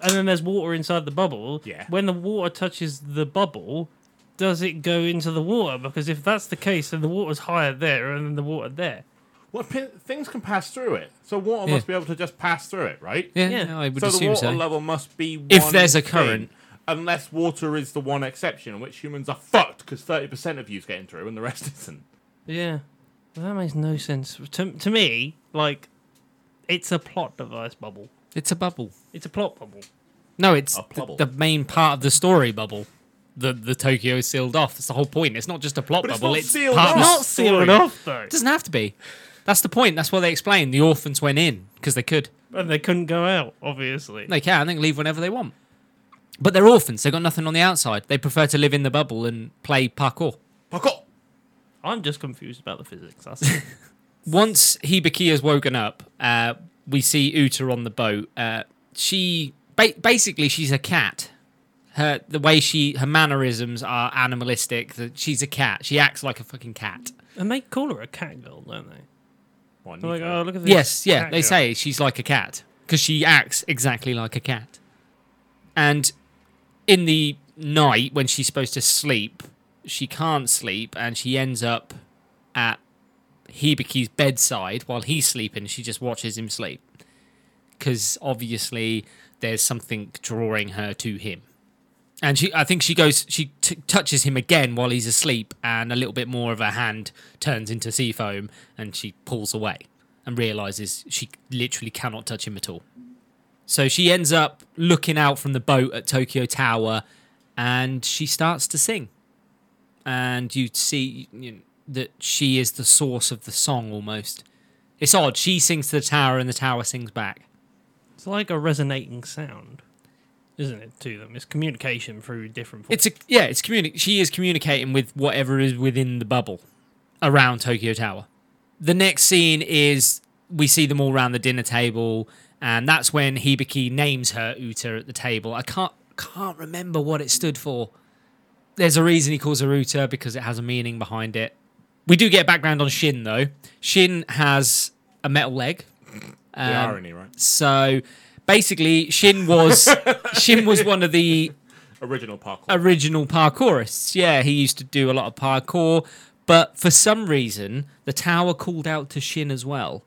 and then there's water inside the bubble. Yeah. When the water touches the bubble, does it go into the water? Because if that's the case, then the water's higher there, and then the water there. Well, pin- things can pass through it, so water Yeah. must be able to just pass through it, right? yeah, Yeah. no, I would So the assume water so. level must be If one there's a thing, current. unless water is the one exception, in which humans are fucked because thirty percent of you's getting through and the rest isn't. Yeah, Well, that makes no sense to to me. Like, it's a plot device bubble. it's a bubble. It's a plot bubble. No, it's A th- plubble. the main part of the story bubble. The the Tokyo is sealed off. That's the whole point. It's not just a plot But it's bubble. not It's, sealed part off. of the Not story. sealed It off though, doesn't have to be. That's the point. That's why they explained the orphans went in because they could. and they couldn't go out. Obviously, They can. They can leave whenever they want. But they're orphans. They've got nothing on the outside. They prefer to live in the bubble and play parkour. Parkour. I'm just confused about the physics. That's it. once Hibiki has woken up, uh, we see Uta on the boat. Uh, she ba- basically she's a cat. Her the way she her mannerisms are animalistic. That she's a cat. She acts like a fucking cat. and they call her a cat girl, don't they? Why They're like, Nico? oh, look at this. Yes, yeah, cat they girl." say she's like a cat because she acts exactly like a cat. And in the night when she's supposed to sleep, she can't sleep and she ends up at Hibiki's bedside while he's sleeping. She just watches him sleep because obviously there's something drawing her to him. And she, I think she goes, she t- touches him again while he's asleep, and a little bit more of her hand turns into sea foam, and she pulls away and realizes she literally cannot touch him at all. So she ends up looking out from the boat at Tokyo Tower and she starts to sing, and you see you know, that she is the source of the song almost. It's odd. She sings to the tower, and the tower sings back. It's like a resonating sound, isn't it? To them, it's communication through different. It's Forms. a yeah. It's communi- She is communicating with whatever is within the bubble around Tokyo Tower. The next scene is we see them all around the dinner table, and that's when Hibiki names her Uta at the table. I can't can't remember what it stood for. There's a reason he calls her Uta because it has a meaning behind it. We do get background on Shin though. Shin has a metal leg. the Um, irony, right? So basically, Shin was Shin was one of the Original parkour. Uh, original parkourists. Yeah, he used to do a lot of parkour, but for some reason, the tower called out to Shin as well,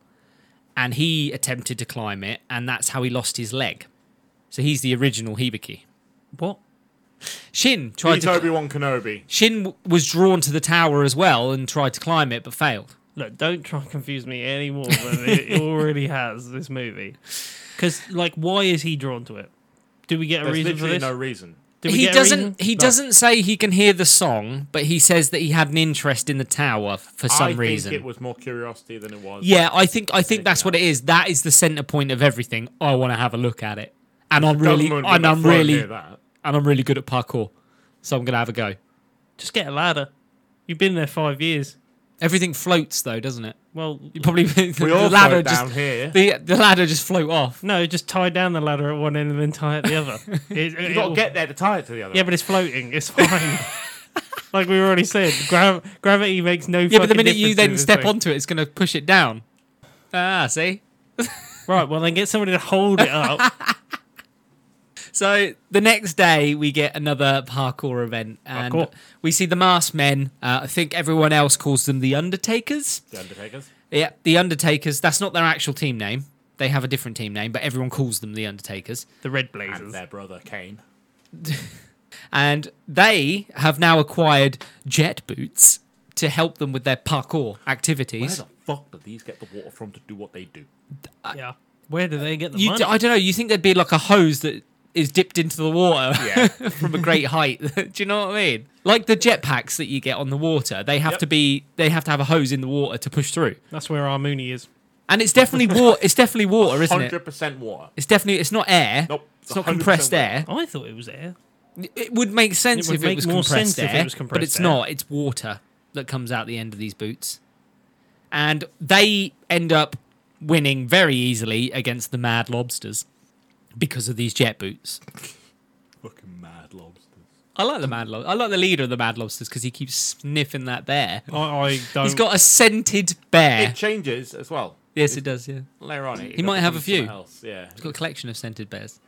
and he attempted to climb it, and that's how he lost his leg. So he's the original Hibiki. what? Shin tried He's to. Obi Wan Kenobi. Shin w- was drawn to the tower as well and tried to climb it, but failed. Look, don't try and confuse me any more than it already has this movie. Because, like, why is he drawn to it? Do we get a There's reason for literally this? no reason. Do we He get a reason? doesn't. He No. doesn't say he can hear the song, but he says that he had an interest in the tower for I some think reason. it was more curiosity than it was. Yeah, I think I think that's what it is. That is the center point of everything. I want to have a look at it, and I'm really Government and would I'm afford really near that. and I'm really good at parkour, so I'm gonna have a go. Just get a ladder. You've been there five years. Everything floats though, doesn't it? Well, You probably the We all ladder float just down here. the the ladder just float off. no, just tie down the ladder at one end and then tie it at the other. It- You it got will- to get there to tie it to the other. Yeah, but it's floating. It's fine. like we already said, grav- gravity makes no. Yeah, but the fucking minute you difference to then this step thing. onto it, it's gonna push it down. Ah, see. right? Well, then get somebody to hold it up. So the next day, we get another parkour event, and Parkour. we see the masked men. Uh, I think everyone else calls them the Undertakers. The Undertakers. Yeah, the Undertakers. That's not their actual team name. They have a different team name, but everyone calls them the Undertakers. the red And blazers. their brother, Kane. And they have now acquired jet boots to help them with their parkour Where activities. the fuck do these get the water from to do what they do? yeah. Where do they get the You, money? d- I don't know. You think there'd be like a hose that is dipped into the water Yeah. from a great height? do you know what I mean? Like the jetpacks that you get on the water, they have Yep. to be they have to have a hose in the water to push through. That's where our Mooney is. And it's definitely water. It's definitely water, isn't it? 100% water. It's definitely it's not air. Nope, It's, it's not 100% compressed water. air. I thought it was air. It would make sense It would if it make was more compressed sense if it air, was compressed but it's air. not. It's water that comes out the end of these boots, and they end up winning very easily against the Mad Lobsters because of these jet boots. Fucking mad lobsters. I like the Mad Lob. I like the leader of the Mad Lobsters because he keeps sniffing that bear. I, I don't. He's got a scented bear. It changes as well. yes, it does. Yeah, Later on, it Eh. He might have a becomes few. something Else. Yeah. he's got a collection of scented bears.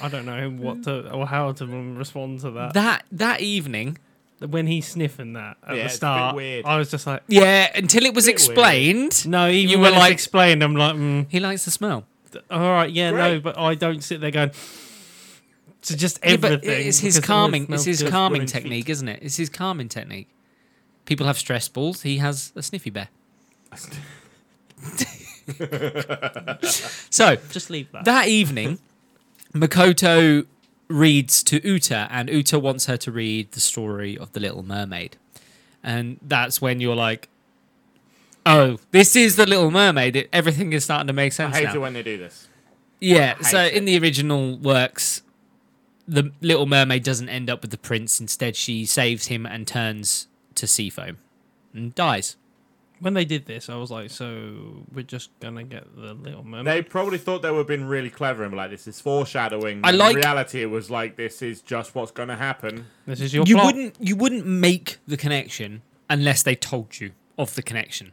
I don't know what to or how to respond to that. That that evening, When he's sniffing that at Yeah, the it's a bit start, weird. I was just like, yeah, until it was Bit weird. explained, no. Even You you were when it's like- explained, I'm like, mm, he likes the smell. all right, yeah, no, Great. but I don't sit there going. To just Yeah, but everything. it's because his it always calming. It's smells his good. calming running feet. technique, isn't it? It's his calming technique. People have stress balls. He has a sniffy bear. So Just leave that. that evening, Makoto reads to Uta, and Uta wants her to read the story of the Little Mermaid, and that's when you're like, "Oh, this is the Little Mermaid. It- everything is starting to make I sense hate now." it when they do this. Yeah, so hate in the original works, the Little Mermaid doesn't end up with the prince. Instead, she saves him and turns to sea foam and dies. when they did this, I was like, so we're just gonna get the little mermaid. They probably thought they were being really clever and were like, this is foreshadowing. I In like- reality, it was like, this is just what's going to happen. this is your you plot. wouldn't you wouldn't make the connection unless they told you of the connection.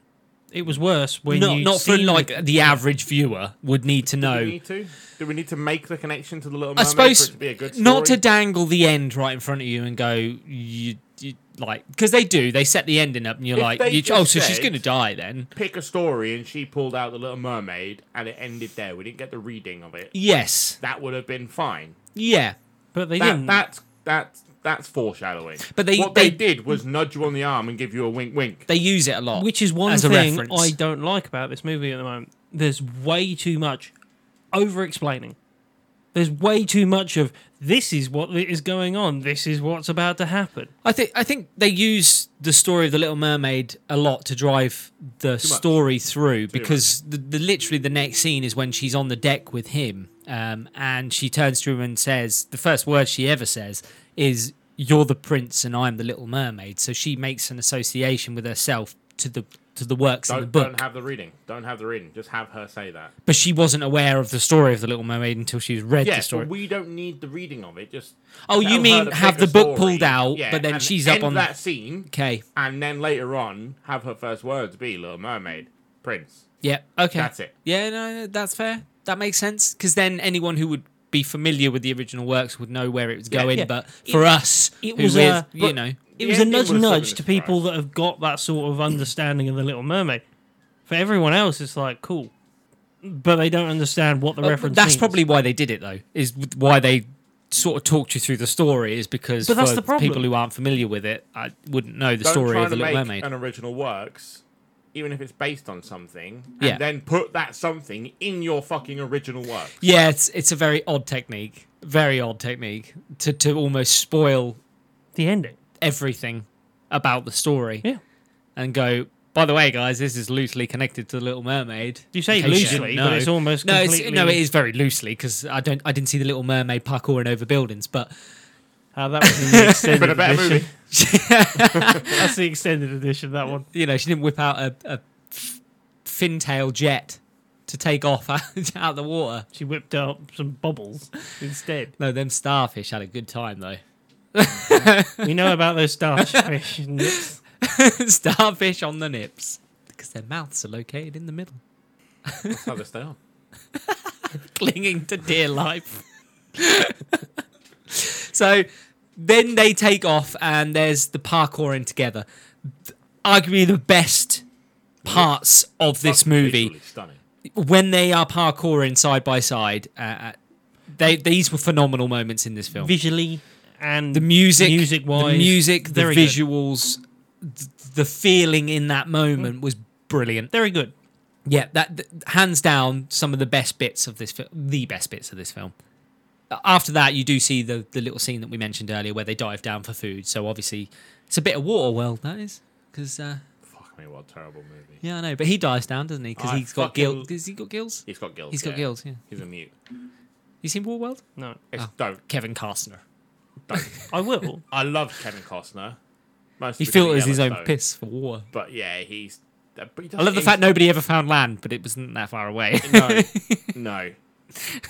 It was worse when Not you not for seen the- like the average viewer would need to Do we know. need to? Do we need to make the connection to the Little I Mermaid suppose for it to be a good story? not to dangle the end right in front of you and go you, you like because they do they set the ending up and you're If like they you, oh just so she's said- gonna die then pick a story and she pulled out the Little Mermaid and it ended there. We didn't get the reading of it. yes That would have been fine. yeah but they That didn't. that's that's that's foreshadowing. But they- what they, they- did was nudge you on the arm and give you a wink, wink. they use it a lot which is one as a thing reference. I don't like about this movie at the moment. There's way too much over explaining. There's way too much of this is what is going on. This is what's about to happen. I think I think they use the story of the Little Mermaid a lot to drive the story through because the, the literally the next scene is when she's on the deck with him, um, and she turns to him and says the first word she ever says is "You're the prince and I'm the Little Mermaid." So she makes an association with herself to the to the works in the Don't, book, don't have the reading. Don't have the reading. Just have her say that. but she wasn't aware of the story of the Little Mermaid until she's read Yeah, the story. but we don't need the reading of it. Just Oh, you tell her mean to have pick a the book story, pulled out, but then and she's up end on- that scene, okay, and then later on have her first words be "Little Mermaid, Prince." Yeah. Okay. That's it. Yeah. No, no, that's fair. That makes sense because then anyone who would be familiar with the original works would know where it was going. yeah. But It- for us, it who was is- a- you but- know, It The was a ending nudge would've still nudge been to a people surprise. that have got that sort of understanding of the Little Mermaid. For everyone else, it's like cool, but they don't understand what the But reference. Uh, that's means. probably why they did it though. Is why they sort of talked you through the story is because But that's for the problem. people who aren't familiar with it, I wouldn't know the Don't story try of the to Little make Mermaid. an original works, even if it's based on something, and Yeah. then put that something in your fucking original work. Yeah, it's it's a very odd technique. Very odd technique to to almost spoil the ending. everything about the story. Yeah. And go, by the way, guys, this is loosely connected to the Little Mermaid. You say In case loosely, didn't but know. it's almost no, completely- it's, no, it is very loosely because I don't, I didn't see the Little Mermaid parkouring over buildings, but Uh, that was in the extended But a better edition. movie. That's the extended edition. That one. you know, she didn't whip out a, a f- fintail jet to take off out, out the water. She whipped out some bubbles instead. No, them starfish had a good time though. We know about those starfish. and it's- starfish on the nips because their mouths are located in the middle, That's how they stay on. clinging to dear life. so then they take off, and there's the parkouring together. Arguably the best parts of this Fucking movie. visually stunning. when they are parkouring side by side, uh, uh, they these were phenomenal moments in this film. visually and the music, music wise, the music, the very good. visuals, th- the feeling in that moment was brilliant. very good. Yeah, that th- hands down some of the best bits of this film, the best bits of this film. Uh, After that, you do see the the little scene that we mentioned earlier where they dive down for food. So obviously, it's a bit of water world that is because uh, Fuck me, what a terrible movie. yeah, I know, but he dives down, doesn't he? Because I he's got gills. fucking- Has he got gills? He's got gills. He's got yeah. gills. Yeah, He's a mute. you seen Waterworld? No, It's Oh. don't Kevin Costner. don't. I will. I love Kevin Costner. Mostly He because of filters his own Yellowstone. piss for water. But yeah, he's. but I he love the doesn't- fact nobody ever found land, but it wasn't that far away No, no.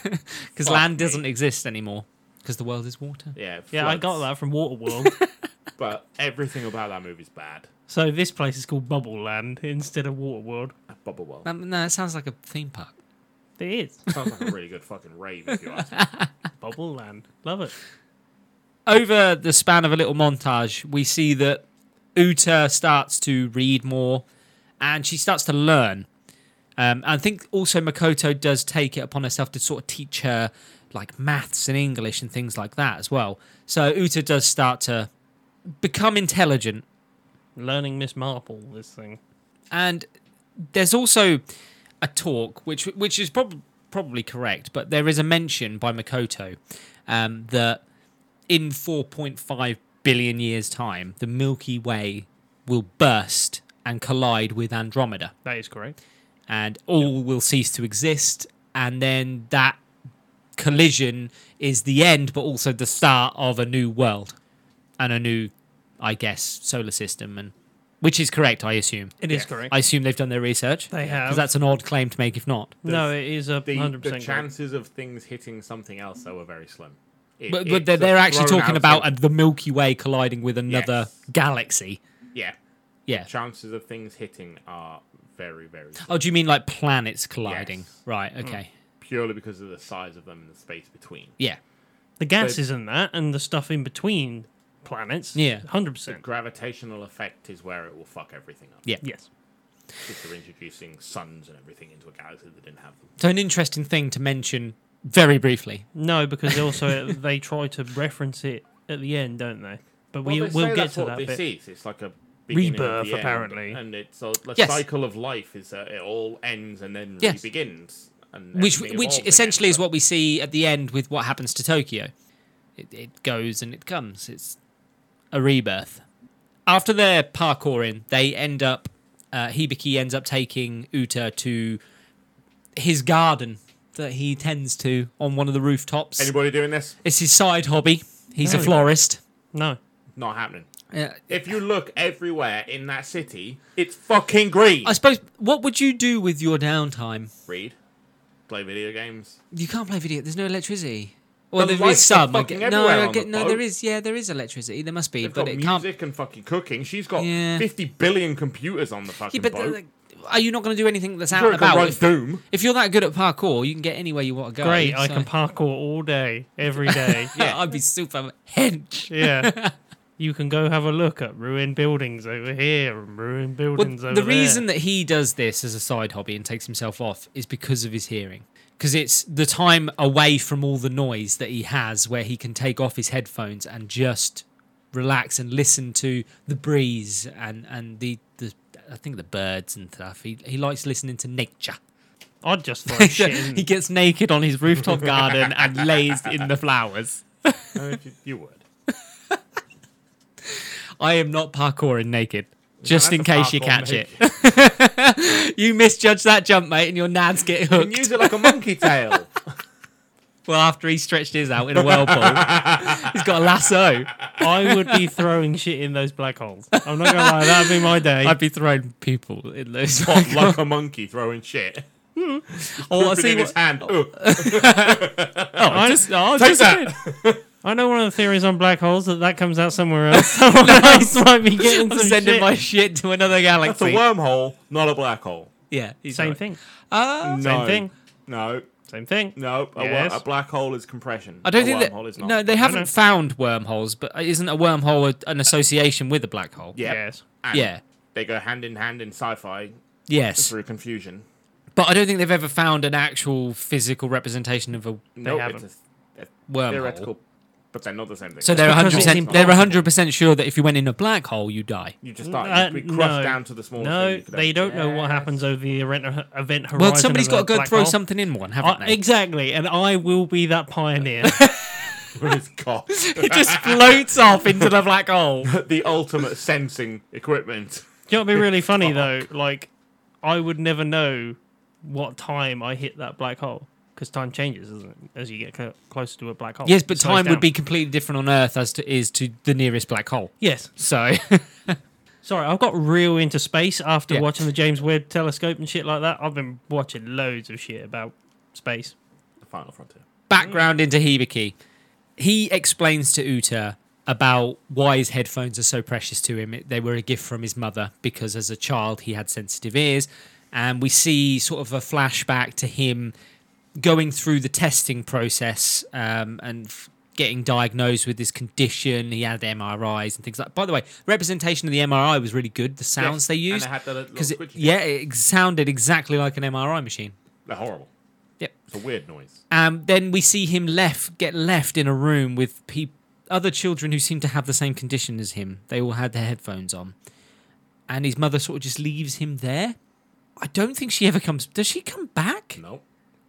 because Fuck land me. doesn't exist anymore because the world is water. Yeah, it Yeah, I floods. got that from Waterworld. But everything about that movie's bad. so this place is called Bubble Land instead of Waterworld. Bubble World. Um, no, that sounds like a theme park. It is Sounds like a really good fucking rave if you ask me. Bubble Land. Love it. Over the span of a little montage, we see that Uta starts to read more, and she starts to learn. Um, I think also Makoto does take it upon herself to sort of teach her like maths and English and things like that as well. So Uta does start to become intelligent Learning Miss Marple. This thing. and there's also a talk which which is prob- probably correct, but there is a mention by Makoto um, that in 4.5 billion years' time, the Milky Way will burst and collide with Andromeda, That is correct. and all will cease to exist, and then that collision is the end, but also the start of a new world and a new, I guess, solar system, and which is correct, I assume. It is Yes. correct. I assume they've done their research. They have. Because that's an odd claim to make if not. no, it is a The, hundred the percent. correct. chances of things hitting something else, though, are very slim. It- But, it's but they're, a they're actually thrown talking out about thing. uh the Milky Way colliding with another Yes. galaxy. yeah. Yeah. Chances of things hitting are very, very slim. Oh, do you mean like planets colliding? Yes. Right, okay. Purely because of the size of them and the space between. Yeah. The gases in that and the stuff in between planets. Yeah. hundred percent. Gravitational effect is where it will fuck everything up. Yeah. Yes. Because they're introducing suns and everything into a galaxy that didn't have them. So, an interesting thing to mention very briefly. No, because also they try to reference it at the end, don't they? But we Well, they say will get that's to what that this bit. is. It's like a beginning of Rebirth, the end, apparently. and it's a, the Yes. cycle of life is that it all ends and then Yes. begins. and which everything which evolved essentially again, is what we see at the end with what happens to Tokyo. It, it goes and it comes. It's a rebirth. After their parkouring, they end up. Uh, Hibiki ends up taking Uta to his garden that he tends to on one of the rooftops. but Anybody doing this? It's his side hobby. He's a Oh. florist. No. Not happening. Yeah. If you look everywhere in that city, it's fucking green. I suppose. What would you do with your downtime? Read, play video games. You can't play video. There's no electricity. Well, The there is lights are some. I fucking get- no, everywhere I on get- the no, boat. there is. Yeah, there is electricity. There must be, They've but got it can't. music and fucking cooking. She's got Yeah. 50 billion computers on the Yeah, fucking but boat. like, are you not going to do anything that's out Sure, and it can about? run If, Doom. if you're that good at parkour, you can get anywhere you want to go. Great. I so- can parkour all day, every day. Yeah. I'd be super hench. yeah. You can go have a look at ruined buildings over here and ruined Well, buildings over the there. reason that he does this as a side hobby and takes himself off is because of his hearing. Because it's the time away from all the noise that he has where he can take off his headphones and just relax and listen to the breeze and, and the, the I think the birds and stuff. He, he likes listening to nature. I'd just throw shit in. he gets naked on his rooftop garden and lays in the flowers. I mean, Oh, you, you would. I am not parkouring naked. Just that's in a case you parkour catch naked. it. You misjudge that jump, mate, and your nads get You can hooked. use it like a monkey tail. Well, after he stretched his out in a whirlpool, he's got a lasso. I would be throwing shit in those black holes. I'm not gonna lie, that'd be my day. I'd be throwing people in those. Pop like a monkey throwing shit. Oh, I Put it see in his what. hand. Ugh. Oh, just, oh, Take just that. I know one of the theories on black holes that that comes out somewhere else. Someone else might be getting I'm some sending shit. my shit to another galaxy. It's a wormhole, not a black hole. Yeah, he's Same right. thing. Uh, No. Same thing. No. Same thing. No. A, wor- Yes. a black hole is compression. I don't a think that. wormhole is not. No, they haven't no. found wormholes, but isn't a wormhole a, an association with a black hole? Yeah. Yes. And Yeah. They go hand in hand in sci-fi Yes. through confusion. But I don't think they've ever found an actual physical representation of a No, haven't. it's a, a wormhole. theoretical, but they're not the same thing. So they're because 100 percent it's they're 100 percent sure that if you went in a black hole, you die. you just start Uh, you'd be crushed no. down to the smallest No, thing you could they ever- don't know what happens over the event event horizon. Well, somebody's of got a to go black throw hole. something in one, Uh, haven't they? exactly, and I will be that pioneer. It's cock. it just floats off into the black hole. the ultimate sensing equipment. Do you know what'd be really funny though? Like, I would never know what time I hit that black hole because time changes, doesn't it? As you get cl- closer to a black hole. Yes, but It slows time would down. be completely different on Earth as to is to the nearest black hole. Yes. So Sorry, I've got real into space after Yeah. watching the James Webb Telescope and shit like that. I've been watching loads of shit about space. The final frontier. background Mm. into Hibiki. He explains to Uta about why his headphones are so precious to him. It- They were a gift from his mother because as a child he had sensitive ears. And we see sort of a flashback to him going through the testing process um, and f- getting diagnosed with this condition. He had MRIs and things like By the way, representation of the MRI was really good, the sounds they and used. they had the little Because, squidgy yeah, it ex- sounded exactly like an MRI machine. They're horrible. Yep. It's a weird noise. Um, then we see him left, get left in a room with pe- other children who seem to have the same condition as him. They all had their headphones on, and his mother sort of just leaves him there. I don't think she ever comes. Does she come back? No.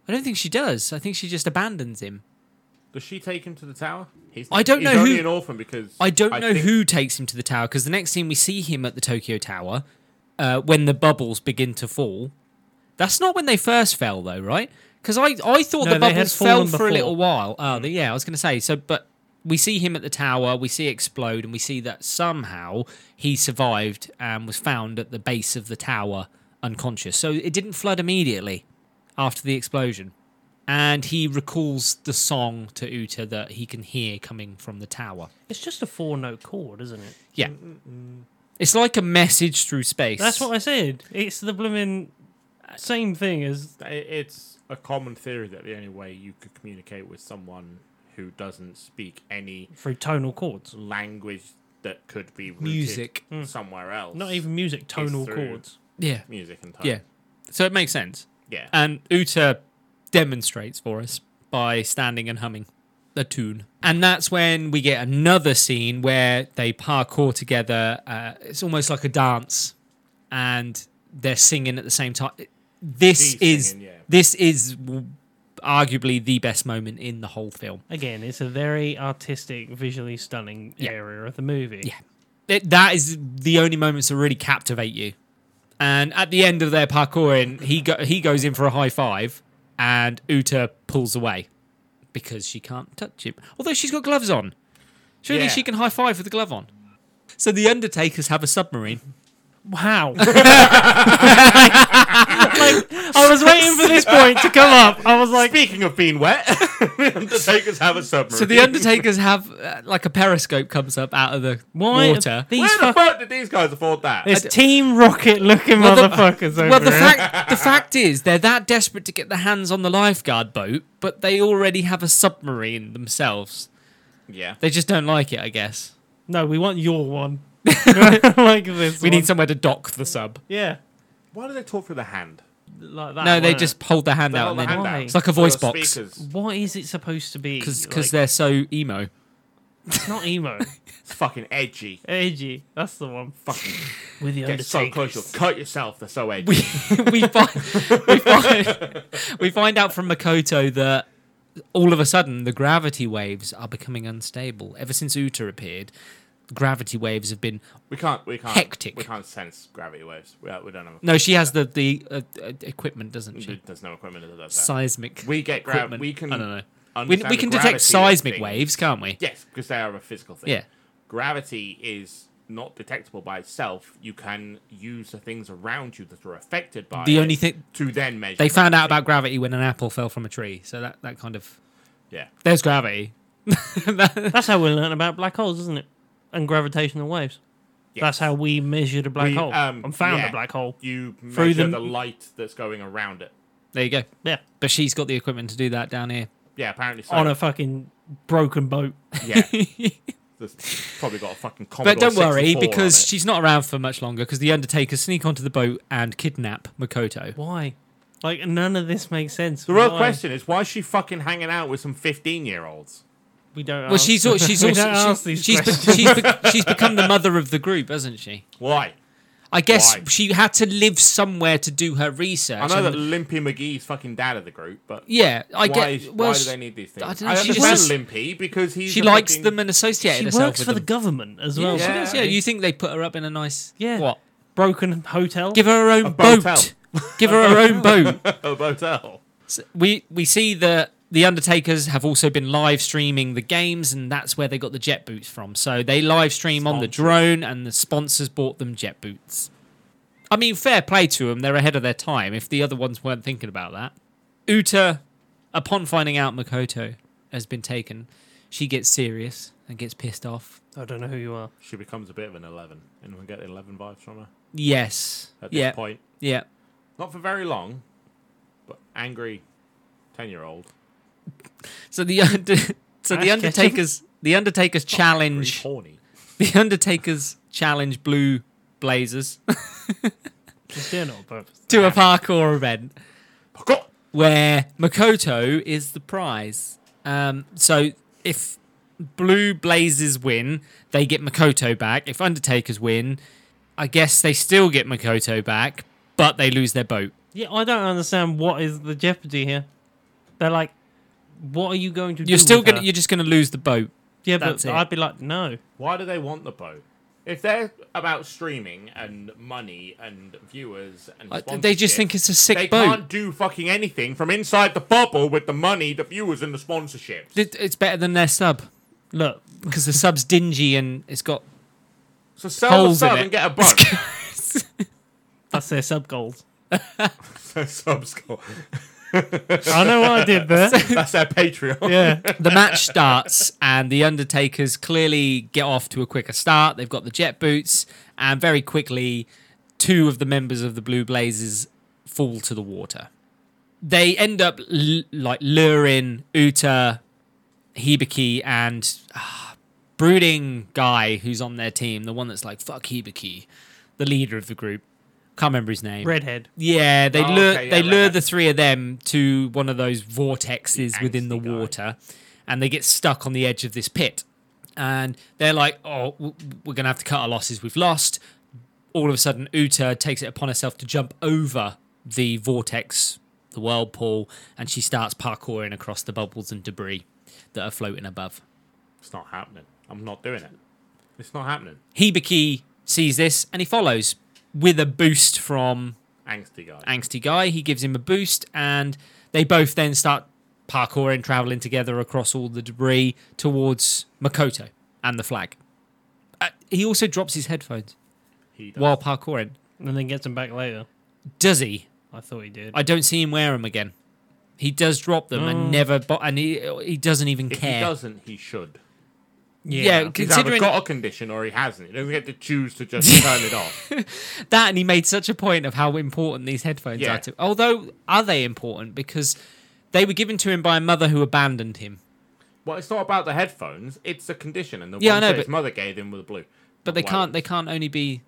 I don't think she does. I think she just abandons him. Does she take him to the tower? He's, I don't he's know only who- an orphan because I don't know think- who takes him to the tower because the next scene we see him at the Tokyo Tower uh, when the bubbles begin to fall. That's not when they first fell, though, right? Because I, I thought No, the they had bubbles fell fallen for a little before. while. Mm. Oh, the- yeah, I was going to say. So, but we see him at the tower, we see it explode, and we see that somehow he survived and was found at the base of the tower unconscious. So it didn't flood immediately after the explosion. And he recalls the song to Uta that he can hear coming from the tower. It's just a four note chord, isn't it? Yeah. It's like a message through space. That's what I said. It's the blooming same thing as I- It's a common theory that the only way you could communicate with someone who doesn't speak any through tonal chords, language that could be rooted Music. somewhere else. Hmm. not even music, tonal through- chords. Yeah. music and time. Yeah. Uh, So it makes sense. Yeah. And Uta demonstrates for us by standing and humming the tune. And that's when we get another scene where they parkour together. Uh, it's almost like a dance and they're singing at the same time. This She's is singing, yeah. This is w- arguably the best moment in the whole film. Again, it's a very artistic, visually stunning Yeah. area of the movie. Yeah. It, that is the only moments that really captivate you. And at the end of their parkouring, he go, he goes in for a high five, and Uta pulls away because she can't touch him. Although she's got gloves on, surely Yeah. she can high five with the glove on. So the Undertakers have a submarine. Wow. like, I was waiting for this point to come up. I was like, Speaking of being wet, the Undertakers have a submarine. So the Undertakers have uh, like a periscope comes up out of the why water. These Where the fuck- fuck did these guys afford that? this Team Rocket looking the- motherfuckers over Well, the here. fact the fact is they're that desperate to get their hands on the lifeguard boat, but they already have a submarine themselves. Yeah. They just don't like it, I guess. No, we want your one. like this. We one. need somewhere to dock the sub. Yeah. Why do they talk through the hand? Like that. No, they weren't it? just hold their hand They out hold and the then hand out. It's like a They're voice the box. speakers. What is it supposed to be? because Like, they're so emo. it's not emo. It's fucking edgy. edgy. That's the one. Fucking With the get so close, you'll Undertaker. cut yourself. They're so edgy. We we find we find we find out from Makoto that all of a sudden the gravity waves are becoming unstable. Ever since Uta appeared, gravity waves have been We can't. We can't. Hectic. We can't sense gravity waves. We, we don't have. No, she has the the uh, uh, equipment, doesn't she? There's no equipment that does that. Seismic. we get gravity. equipment. We can. I don't know. We, understand we the can gravity detect of seismic things. waves, can't we? Yes, because they are a physical thing. Yeah. Gravity is not detectable by itself. You can use the things around you that are affected by The it only thing- to then measure. They found out gravity. about gravity when an apple fell from a tree, so that that kind of Yeah. there's gravity. That's how we learn about black holes, isn't it? And gravitational waves. That's Yes. how we measured a black We, hole um, and found yeah. a black hole. You measure Through the- the light that's going around it. There you go. Yeah. But she's got the equipment to do that down here. Yeah, apparently so. On a fucking broken boat. yeah. There's probably got a fucking Commodore But don't worry, 64 on because it. she's not around for much longer. Because the Undertakers sneak onto the boat and kidnap Makoto. Why? Like none of this makes sense. The real Why? question is why is she fucking hanging out with some 15 year olds? We don't. Well, she's al- she's we also don't ask she, these she's be, questions. she's, be, she's become the mother of the group, hasn't she? Why? I guess Why? she had to live somewhere to do her research. I know and- that Limpy McGee's fucking dad of the group, but Yeah, I why, get. is- well, why do she- they need these things? I dunno, she just- understand Limpy because he's She a likes fucking- them and associated she herself works with for the them. government as yeah, well. she does, yeah, doesn't you think they put her up in a nice Yeah. what? broken hotel. Give her her own boat. boat. Give her her own boat. a motel. So we we see that the Undertakers have also been live streaming the games, and that's where they got the jet boots from. So they live stream on the Sponsors. drone, and the sponsors bought them jet boots. I mean, fair play to them; they're ahead of their time. If the other ones weren't thinking about that, Uta, upon finding out Makoto has been taken, she gets serious and gets pissed off. I don't know who you are. She becomes a bit of an 11. Anyone get the 11 vibes from her Yes. at this yeah. point? Yeah. Not for very long, but angry 10 year old. So the under, so the Ah, Ash Undertaker's the Undertaker's Pretty challenge horny. the Undertaker's challenge blue blazers She's doing it on purpose. to a parkour event God, where Makoto is the prize. Um, so if blue blazers win, they get Makoto back. If Undertakers win, I guess they still get Makoto back, but they lose their boat. Yeah, I don't understand what is the jeopardy here. They're like, what are you going to do? You're still with gonna her? you're just gonna lose the boat. yeah, that's but it. I'd be like, no. Why do they want the boat? If they're about streaming and money and viewers and Like, Uh, they just sponsorship, think it's a sick they boat. can't do fucking anything from inside the bubble with the money, the viewers, and the sponsorship. It- It's better than their sub Look, because the sub's dingy and it's got So sell the Holes in sub it. and get a boat. that's their sub goals. So subs go- I know what I did there. That's their Patreon. yeah. the match starts and the undertakers clearly get off to a quicker start they've got the jet boots and very quickly two of the members of the blue blazers fall to the water they end up l- like luring uta hibiki and ah, brooding guy who's on their team the one that's like fuck hibiki the leader of the group can't remember his name Redhead. yeah, they Oh, lure okay, yeah, they right, lure right. the three of them to one of those vortexes The within the angsty guy. water, and they get stuck on the edge of this pit, and they're like, "Oh, w- we're gonna have to cut our losses. We've lost." All of a sudden, Uta takes it upon herself to jump over the vortex the whirlpool, and she starts parkouring across the bubbles and debris that are floating above. It's not happening. I'm not doing it. It's not happening. Hibiki sees this and he follows with a boost from Angsty guy. angsty guy. He gives him a boost, and they both then start parkouring, traveling together across all the debris towards Makoto and the flag. Uh, he also drops his headphones he does. while parkouring. And then gets him back later. Does he? I thought he did. I don't see him wear them again. He does drop them and never, bo- and he he doesn't even Mm. if care. he doesn't, he should. yeah, He's either considering got a condition or he hasn't. He doesn't get to choose to just turn it off. that, and he made such a point of how important these headphones Yeah. are to. Although, are they important? Because they were given to him by a mother who abandoned him. Well, it's not about the headphones. It's the condition, and the Yeah, I one know, that his but- mother gave him with the blue. But they Wow. can't. They can't only be.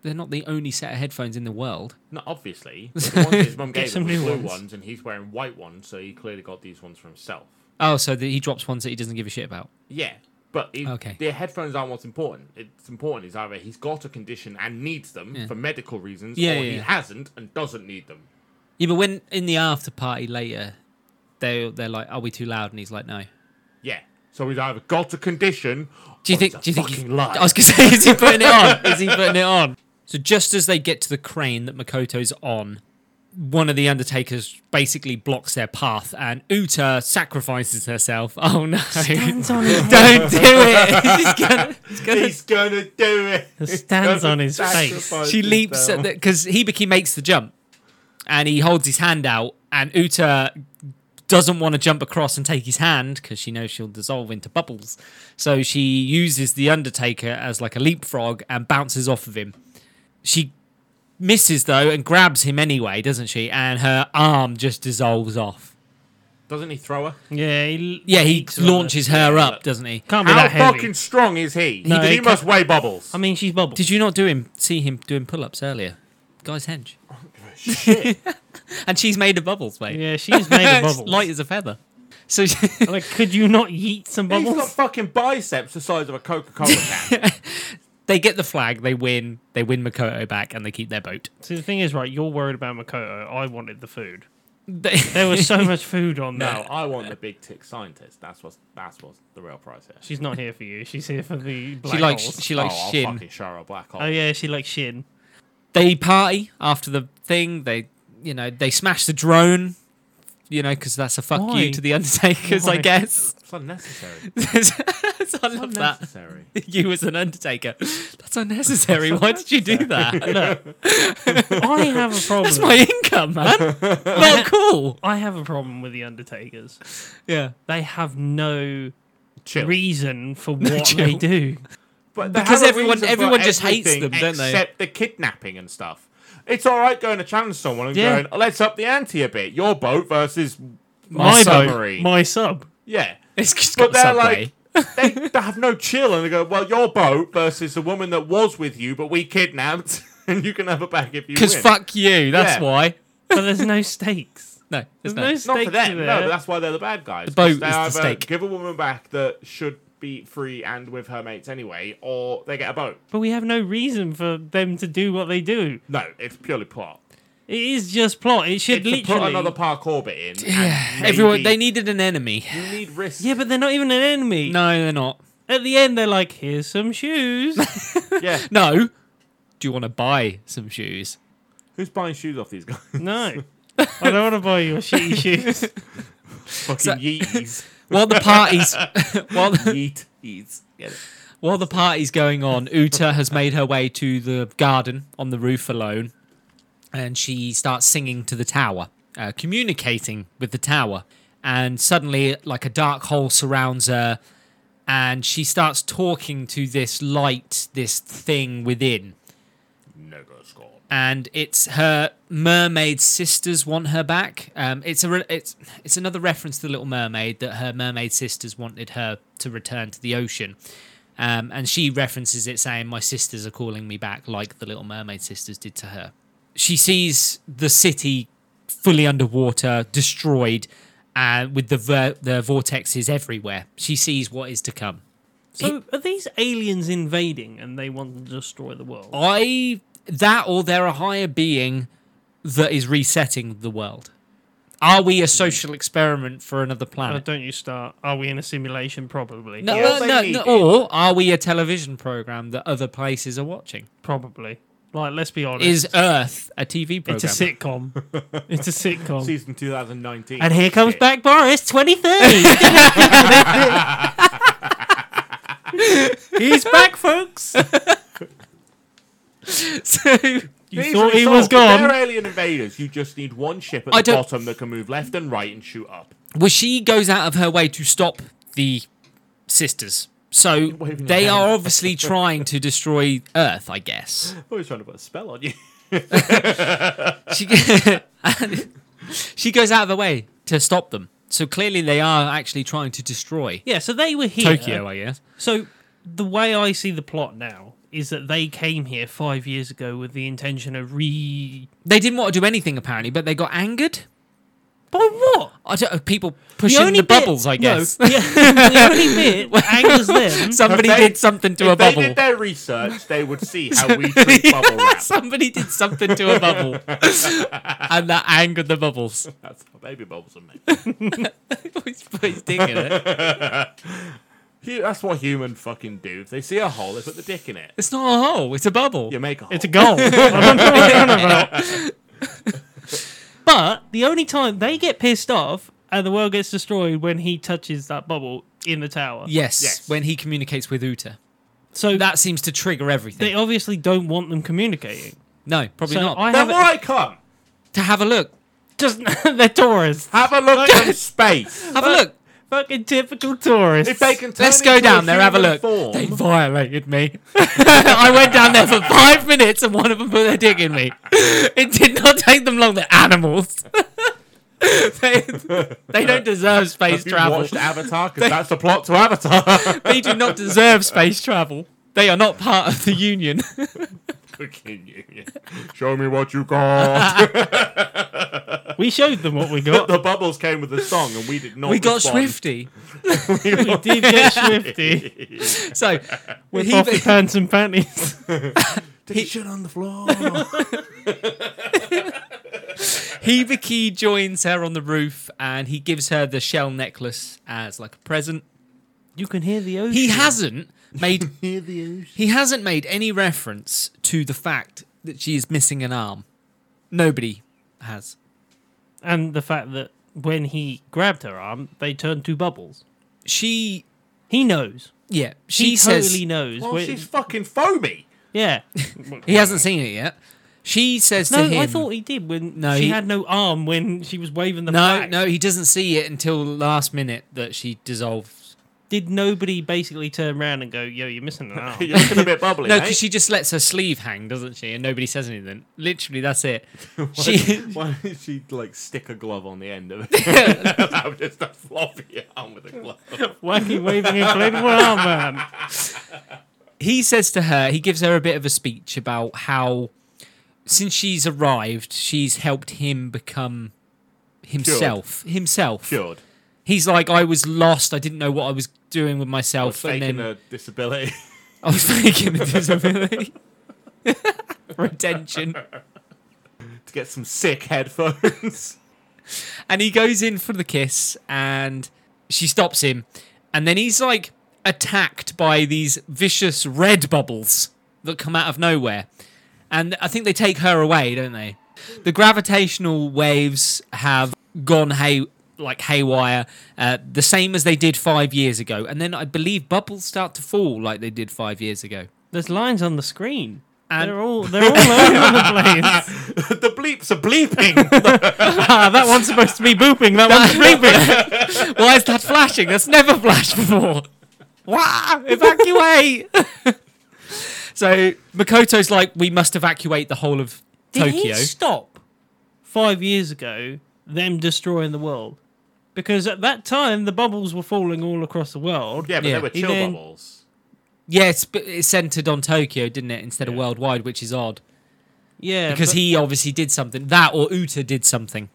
They're not the only set of headphones in the world. Not obviously. but The ones his mum Get gave some him were new blue ones. ones. and he's wearing white ones, so he clearly got these ones for himself. Oh, so the, he drops ones that he doesn't give a shit about. Yeah, but he, Okay. the headphones aren't what's important. It's important is either he's got a condition and needs them for medical reasons, Yeah, or yeah, he yeah. hasn't and doesn't need them. Yeah, but when in the after party later, they they're like, "Are we too loud?" And he's like, "No." Yeah, so he's either got a condition. Do you or think? He's a Do you think? fucking He, liar. I was gonna say, is he putting it on? Is he putting it on? So just as they get to the crane that Makoto's on, one of the Undertakers basically blocks their path, and Uta sacrifices herself. Oh no! Stands on his Don't do it! She's gonna- she's gonna He's gonna do it. He's stands gonna on his face. sacrifice she leaps himself. at because Hibiki makes the jump, and he holds his hand out, and Uta doesn't want to jump across and take his hand because she knows she'll dissolve into bubbles. So she uses the Undertaker as like a leapfrog and bounces off of him. She misses though and grabs him anyway, doesn't she? And her arm just dissolves off. Doesn't he throw her? Yeah, he, Yeah, he leaps on her. launches her up, doesn't he? Can't be How that heavy. fucking strong is he? No, he he must weigh bubbles. I mean, she's bubble. Did you not do him see him doing pull-ups earlier? Guys hench. and she's made of bubbles, mate. yeah, she's made of It's bubbles. Light as a feather. So like, could you not yeet some He's got bubbles? fucking biceps the size of a Coca Cola can. they get the flag, they win, they win Makoto back, and they keep their boat. See, the thing is, right, you're worried about Makoto. I wanted the food. They- There was so much food on no, there. I want the big tick scientist. That's what's that's what's the real price here. She's not here for you. She's here for the black she likes holes. she likes oh, shin. I'll fucking show her a black hole. Oh yeah, she likes shin. They party after the thing. They you know they smash the drone. You know, because that's a fuck Why? you to the Undertakers, I Why? guess. It's unnecessary. It's So I love that. unnecessary. You as an Undertaker. That's unnecessary. Why did you do that? I have a problem. That's my income, man. Not cool. I have a problem with the Undertakers. Yeah. They have no Chill. reason for what they chill. do. But they Because have a everyone- reason for everyone just hates everything them, don't they? Except the kidnapping and stuff. It's all right going to challenge someone and Yeah. going, let's up the ante a bit. Your boat versus My my boat. submarine. My sub. yeah. It's just But got they're Subway. like, they, they have no chill, and they go, "Well, your boat versus the woman that was with you, but we kidnapped, and you can have her back if you Because win." fuck you, that's Yeah. why. But there's no stakes. No, there's There's no. no not stakes for them. there. No, but that's why they're the bad guys. The boat they is the either stake. Give a woman back that should be free and with her mates anyway, or they get a boat. But we have no reason for them to do what they do. No, it's purely plot. It is just plot. It should It's to literally. put another parkour bit in. and Everyone, they maybe needed an enemy. you need risk. Yeah, but they're not even an enemy. No, they're not. At the end, they're like, "Here's some shoes." yeah. No. Do you want to buy some shoes? Who's buying shoes off these guys? no, I don't want to buy your shitty shoes. Fucking So- yeeties. While the party's while the, Yeeties. Get it. while the party's going on, Uta has made her way to the garden on the roof alone, and she starts singing to the tower, uh, communicating with the tower. And suddenly, like a dark hole surrounds her, and she starts talking to this light, this thing within. Never score. and it's her mermaid sisters want her back. Um, it's a re- it's it's another reference to the Little Mermaid that her mermaid sisters wanted her to return to the ocean, um, and she references it saying, "My sisters are calling me back, like the Little Mermaid sisters did to her." She sees the city fully underwater, destroyed, and with the ver- the vortexes everywhere. She sees what is to come. So are these aliens invading and they want to destroy the world? I that or they're a higher being that is resetting the world. Are we a social experiment for another Oh, planet? don't you start. Are we in a simulation? Probably. No, Yeah, uh, they no, need no. it. Or are we a television program that other places are watching? Probably. Like, let's be honest. Is Earth a TV program? it's a sitcom. it's a sitcom. Season 2019. And here comes Shit. back Boris, 2030. He's back, folks. so You These thought are he was solved. They're gone. alien invaders. You just need one ship at I the don't- bottom that can move left and right and shoot up. well, she goes out of her way to stop the sisters. So Waving they your are hand. obviously trying to destroy Earth, I guess. I was trying to put a spell on you. She, she goes out of her way to stop them. So clearly they are actually trying to destroy Yeah, so they were here. Tokyo, I guess. So the way I see the plot now is that they came here five years ago with the intention of re. They didn't want to do anything apparently, but they got angered. By what? I don't know, people pushing the, bit- bubbles, I No, guess. yeah, the only bit that angers them. Somebody If they- did something to if a bubble. They did their research. They would see how we treat bubble wrap. Somebody did something to a bubble, and that angered the bubbles. That's how baby bubbles are made. He's- he's digging it. Hu- That's what human fucking do. If they see a hole, they put the dick in it. It's not a hole. It's a bubble. You make a hole. It's a goal. but the only time they get pissed off and the world gets destroyed when he touches that bubble in the tower. Yes, Yes. When he communicates with Uta, So that seems to trigger everything. they obviously don't want them communicating. no, probably So not. I Then have why come? to have a look. just they're tourists. Have a look at space. Have a look. Fucking typical tourists. If they can turn Let's go into down there. Have a human look. Form, They violated me. I went down there for five minutes, and one of them put their dick in me. It did not take them long. They're animals. they, they don't deserve space Have you travel. watched Avatar? 'Cause that's the plot to Avatar. they do not deserve space travel. They are not part of the union. Fucking union. Show me what you got. we showed them what we got. the bubbles came with a song, and we did not. we got Swifty. respond. we did get swifty So with he- off pants and panties. Take shit on the floor. Hibiki joins her on the roof and he gives her the shell necklace as like a present. You can hear the ocean. He hasn't made Hear the ocean. he hasn't made any reference to the fact that she is missing an arm. Nobody has. and the fact that when he grabbed her arm, they turned to bubbles. She He knows. yeah, she He says totally knows. Well, when- she's fucking foamy. yeah. he hasn't seen it yet. She says No, to him I thought he did when No, she he- had no arm when she was waving the No, flag. no, he doesn't see it until the last minute that she dissolves. Did nobody basically turn around and go, "Yo, you're missing an arm"? You're looking a bit bubbly, No, mate. because she just lets her sleeve hang, doesn't she? And nobody says anything. Literally, that's it. she Why did she like stick a glove on the end of it? that was just a floppy arm with a glove. Wacky waving inflatable arm man. he says to her, he gives her a bit of a speech about how since she's arrived, she's helped him become himself. Himself. Cured. He's like, I was lost. I didn't know what I was doing with myself, and Faking then a disability. I was faking a disability. Retention. to get some sick headphones. and he goes in for the kiss and she stops him and then he's like attacked by these vicious red bubbles that come out of nowhere and i think they take her away don't they the gravitational waves have gone hay like haywire uh, the same as they did five years ago and then i believe bubbles start to fall like they did five years ago There's lines on the screen. And- they're all they're all over the place. the bleeps are bleeping. Ah, that one's supposed to be booping. That one's bleeping. why is that flashing that's never flashed before Wah! evacuate. so Makoto's like, we must evacuate the whole of Did he Tokyo. stop five years ago them destroying the world? Because at that time the bubbles were falling all across the world. yeah, but Yeah. they were He chill then- bubbles. Yes, but it centered on Tokyo, didn't it, instead of worldwide, which is odd Yeah, because but he obviously did something. That or Uta did something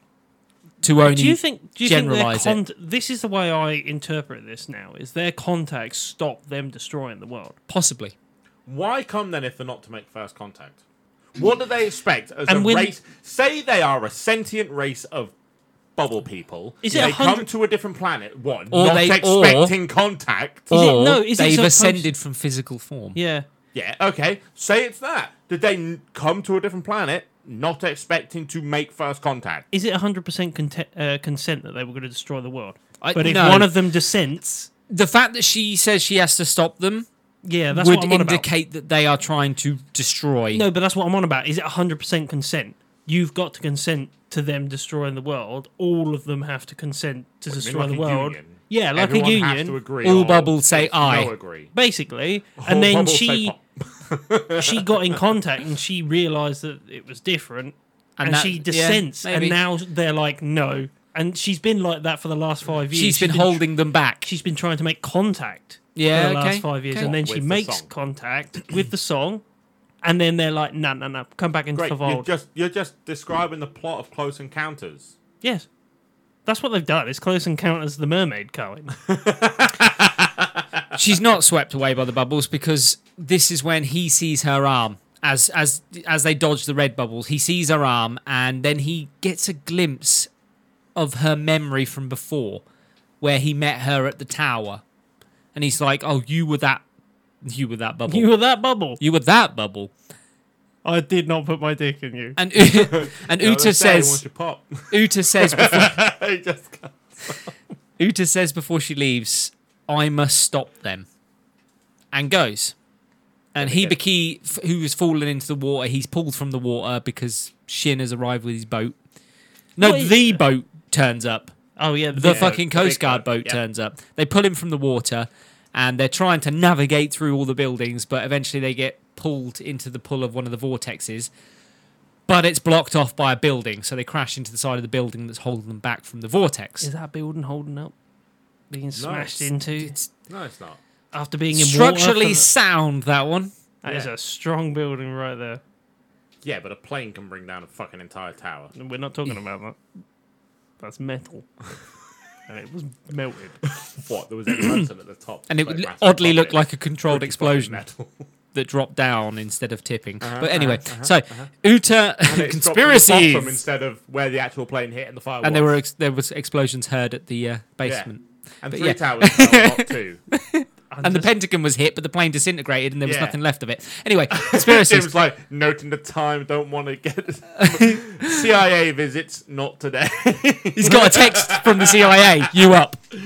to only. Do you think? Do you think their generalise it. con- This is the way I interpret this now. Is their contacts stop them destroying the world? possibly? Why come then if they're not to make first contact? What do they expect as And a when- race? Say they are a sentient race of bubble people. Is it they 100 come to a different planet, one, Or not they- or- expecting contact. Is it- or no, is it they've supposed- ascended from physical form. Yeah. Yeah, okay. Say it's that. Did they n- come to a different planet, not expecting to make first contact? Is it 100% conte- uh, consent that they were going to destroy the world? I- but if no. one of them dissents, The fact that she says she has to stop them yeah, that's would what I'm on about. indicate that they are trying to destroy. No, but that's what I'm on about. Is it 100% consent? You've got to consent to them destroying the world. All of them have to consent to I mean, destroy like the a world. union. Yeah, like Everyone a Has to union, agree All or bubbles say there's aye. No agree. basically. All And then bubbles say she pop. she got in contact and she realised that it was different, and, that- she yeah, dissents, and maybe. now they're like no, and she's been like that for the last five years. she's been holding them back. she's been trying to make contact Yeah, for the okay, last five years, okay. and then she With the makes song. contact with the song, and then they're like, no, no, no, come back into Great. the You're vault. just, you're just describing the plot of Close Encounters. Yes, that's what they've done. It's Close Encounters of the Mermaid, Colin. she's not swept away by the bubbles because this is when he sees her arm as as as they dodge the red bubbles he sees her arm and then he gets a glimpse of her memory from before where he met her at the tower and he's like oh you were that you were that bubble you were that bubble. You were that bubble I did not put my dick in you. and and uta Once says you pop. uta says before, They just go- uta says before she leaves i must stop them and goes. And Hibiki, f- who has fallen into the water, he's pulled from the water because Shin has arrived with his boat. No, Wait. the boat turns up. Oh yeah, The the fucking the big Coast Guard boat, boat yeah. turns up. They pull him from the water and they're trying to navigate through all the buildings, but eventually they get pulled into the pull of one of the vortexes. But it's blocked off by a building, so they crash into the side of the building that's holding them back from the vortex. is that building holding up, being smashed into It's no, it's not. after being in structurally Water for sound, that one. the- that is Yeah. a strong building right there. Yeah, but a plane can bring down a fucking entire tower. And We're not talking about that. That's metal. and it was melted. What? There was a person at the top. and it like, would massive oddly look puppets. like a controlled Pretty fucking explosion metal. that dropped down instead of tipping. Uh-huh, but anyway, so Uta It's uh-huh. dropped from the conspiracies, bottom instead of where the actual plane hit and the fire. and there was. were ex- there was explosions heard at the uh, basement. And But three yeah. towers fell, not two. And the Pentagon was hit, but the plane disintegrated, and there was Yeah. nothing left of it. Anyway, It conspiracies. was like noting the time. Don't want to get CIA visits. Not today. He's got a text from the CIA. You up? Do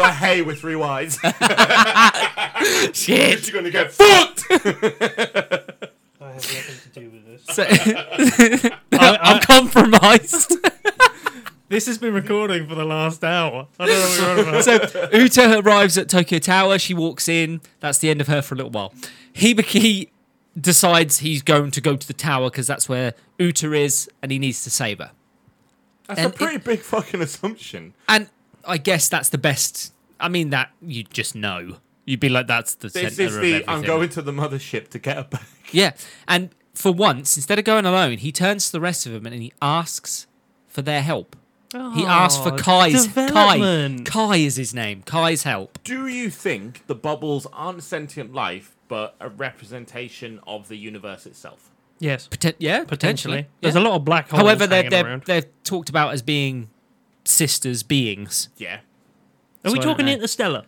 a hey with three Y's. Shit. You're gonna get fucked. I have nothing to do with this. So- I'm compromised. This has been recording for the last hour. I don't know what you're on about. so Uta arrives at Tokyo Tower. She walks in. That's the end of her for a little while. Hibiki decides he's going to go to the tower because that's where Uta is, and he needs to save her. That's And a it- pretty big fucking assumption. And I guess that's the best. I mean, that you just know. You'd be like, that's the This center is of the. everything. I'm going to the mothership to get her back. Yeah, and for once, instead of going alone, he turns to the rest of them and he asks for their help. he asks for Aw, Kai's Kai. development. Kai is his name. Kai's help. Do you think the bubbles aren't sentient life, but a representation of the universe itself? Yes, Poten- yeah, potentially. potentially. There's a lot of black holes. However, they're, hanging they're, around. they're talked about as being sisters, beings. Yeah, Are we So I don't talking know. Interstellar?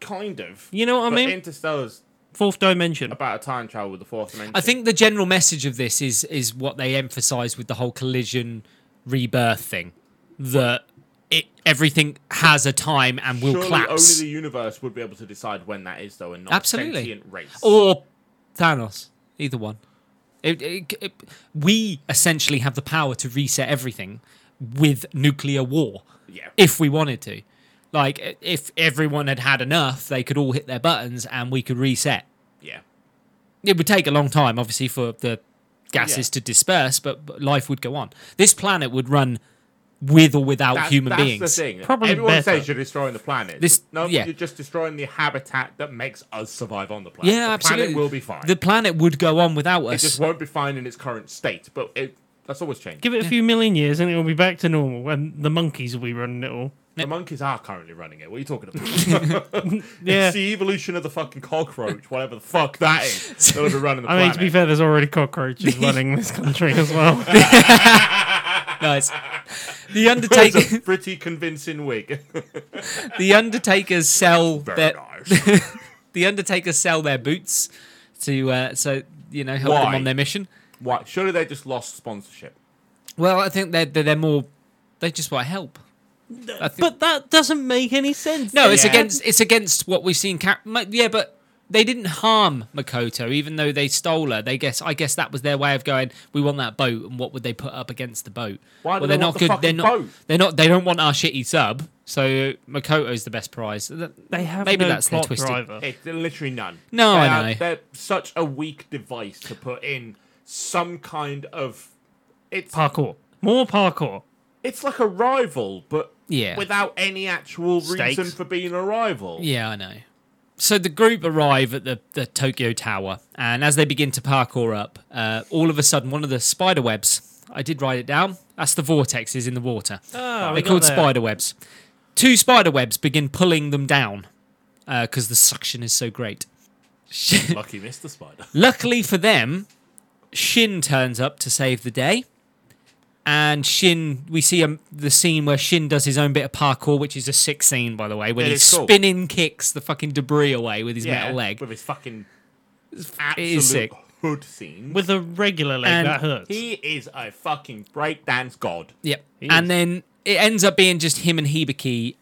kind of. You know what I but mean? Interstellar's Fourth dimension. about a time travel with the fourth dimension. I think the general message of this is is what they emphasize with the whole collision rebirth thing that it everything has a time and will Surely collapse. only the universe would be able to decide when that is, though, and not Absolutely. a sentient race. or Thanos, either one. It- it- it- we essentially have the power to reset everything with nuclear war yeah, if we wanted to. Like i- if everyone had had enough, they could all hit their buttons and we could reset. yeah. It would take a long time, obviously, for the gases to disperse, but, but life would go on. This planet would run with or without That's, human that's beings. the thing. Probably Everyone better. says you're destroying the planet. This- no, yeah. you're just destroying the habitat that makes us survive on the planet. Yeah, the absolutely. Planet will be fine. The planet would go on without it us. just won't be fine in its current state, but it that's always changed. Give it a few million years and it'll be back to normal, and the monkeys will be running it all. The monkeys are currently running it. What are you talking about? Yeah. It's the evolution of the fucking cockroach, whatever the fuck that is. They'll be running the I mean, planet. to be fair, there's already cockroaches running this country as well. nice. The It's Undertaker, a pretty convincing wig. the Undertakers sell Very their nice. the Undertakers sell their boots to uh, so you know help them Why? on their mission. Why? Surely they just lost sponsorship. Well, I think they're they're, they're more they just want to help. I think- But that doesn't make any sense. No, it's Yeah. against it's against what we've seen. Cap- Ma- yeah, but they didn't harm Makoto, even though they stole her. They guess I guess that was their way of going. We want that boat, and what would they put up against the boat? Why do well, they are want not the good. They're fucking not. boat? They're not. They don't want our shitty sub. So Makoto's the best prize. Th- They have Maybe no that's their plot twisted- driver. It's literally none. No, they I are- know. They're such a weak device to put in some kind of. It's Parkour. More parkour. it's like a rival, but Yeah. without any actual reason Stakes. for being a rival. Yeah, I know. So the group arrive at the, the Tokyo Tower, and as they begin to parkour up, uh, all of a sudden, one of the spider webs, I did write it down, that's the vortexes in the water. Ah, we They're got called there. spider webs. Two spider webs begin pulling them down because the suction is so great. Lucky Mr. Spider. Luckily for them, Shin turns up to save the day. And Shin, we see um, the scene where Shin does his own bit of parkour, which is a sick scene, by the way, when It he is cool. spinning kicks the fucking debris away with his metal leg. With his fucking it is absolute sick. hood scene. With a regular leg, And that hurts. he is a fucking breakdance god. Yep. He and is. then it ends up being just him and Hibiki,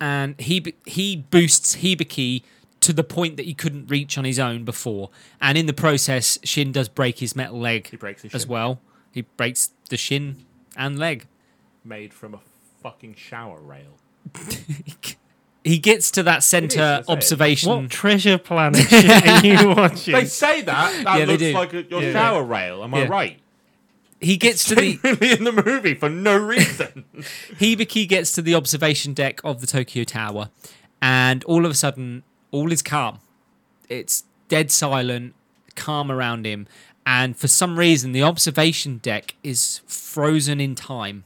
and he he boosts Hibiki to the point that he couldn't reach on his own before. And in the process, Shin does break his metal leg He breaks his as shin. well. He breaks the shin and leg. Made from a fucking shower rail. He gets to that that's center it. observation. What treasure planet shit are you watching? They say that. That Yeah, they looks do. like a, your Yeah. shower rail. Am I Yeah. right? He gets to the Really in the movie for no reason. Hibiki gets to the observation deck of the Tokyo Tower, and all of a sudden, all is calm. It's dead silent, calm around him, and for some reason, the observation deck is frozen in time,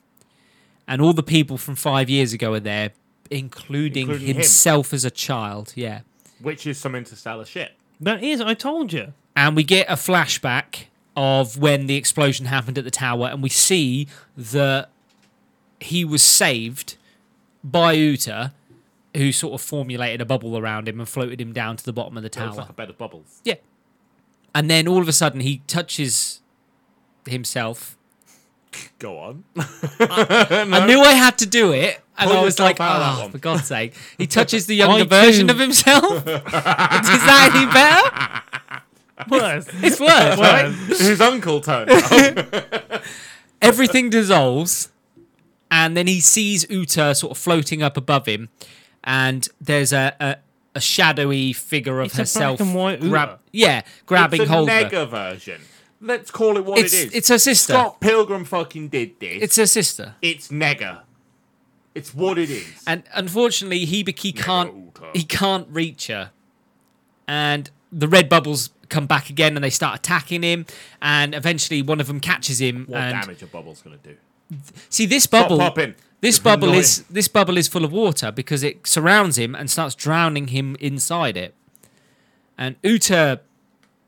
and all the people from five years ago are there, including, Including him. himself as a child. Yeah, Which is some interstellar shit. That is, I told you. and we get a flashback of when the explosion happened at the tower, and we see that he was saved by Uta, who sort of formulated a bubble around him and floated him down to the bottom of the It looks tower. like a bed of bubbles. Yeah, and then all of a sudden he touches himself. Go on. I knew I had to do it, and Pull I was yourself like, out of that "Ah, one." for God's sake!" He touches the I younger too- version of himself. Is that any better? Worse. It's worse, right? Worse. His uncle turned up. everything dissolves, and then he sees Uta sort of floating up above him, and there's a a, a shadowy figure of It's a herself. black and white Uta. yeah, grabbing it's a hold of her. nega version. Let's call it what It's it is. it's her sister. Scott Pilgrim fucking did this. It's her sister, it's nega. It's what it is. and unfortunately, Hibiki can't Uta. he can't reach her, and the red bubbles come back again and they start attacking him and eventually one of them catches him what and damage a bubble's gonna do? see this bubble Stop popping. This It's bubble annoying. is this bubble is full of water because it surrounds him and starts drowning him inside it. And Uta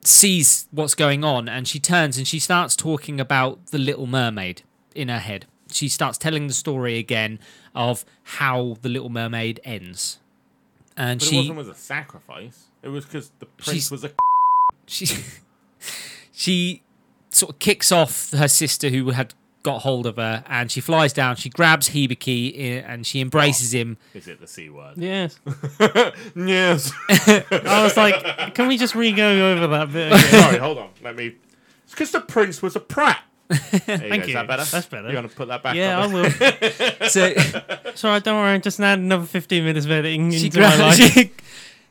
sees what's going on and she turns and she starts talking about the little mermaid in her head. She starts telling the story again of how the little mermaid ends. And But it she wasn't as a sacrifice. It was because the She's- prince was a. she she sort of kicks off her sister who had got hold of her and she flies down she grabs Hibiki i- and she embraces him Is it the c word? Yes. Yes. I was like, can we just re go over that bit again? Sorry, hold on. Let me. It's because the prince was a prat. There you Thank you. Is that better? That's better. You want to put that back? Yeah, up? I will. so Sorry, don't worry. Just add another 15 minutes of editing she, into grabs, my life. she,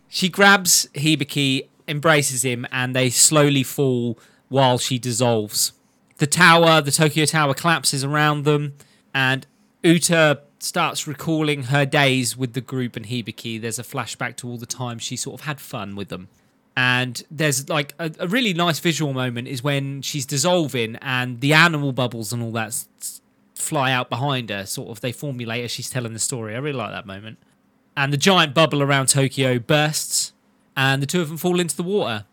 she grabs Hibiki, embraces him, and they slowly fall while she dissolves. The tower, the Tokyo Tower, collapses around them, and Uta starts recalling her days with the group and Hibiki. There's a flashback to all the time she sort of had fun with them. And there's like a, a really nice visual moment is when she's dissolving and the animal bubbles and all that s- fly out behind her. Sort of they formulate as she's telling the story. I really like that moment and the giant bubble around Tokyo bursts, and the two of them fall into the water.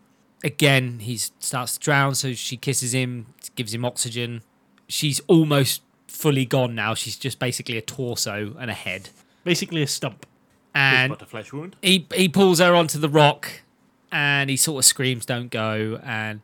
Again, he starts to drown, so she kisses him, gives him oxygen. She's almost fully gone now. She's just basically a torso and a head. Basically a stump. And but a flesh wound. he he pulls her onto the rock and he sort of screams don't go and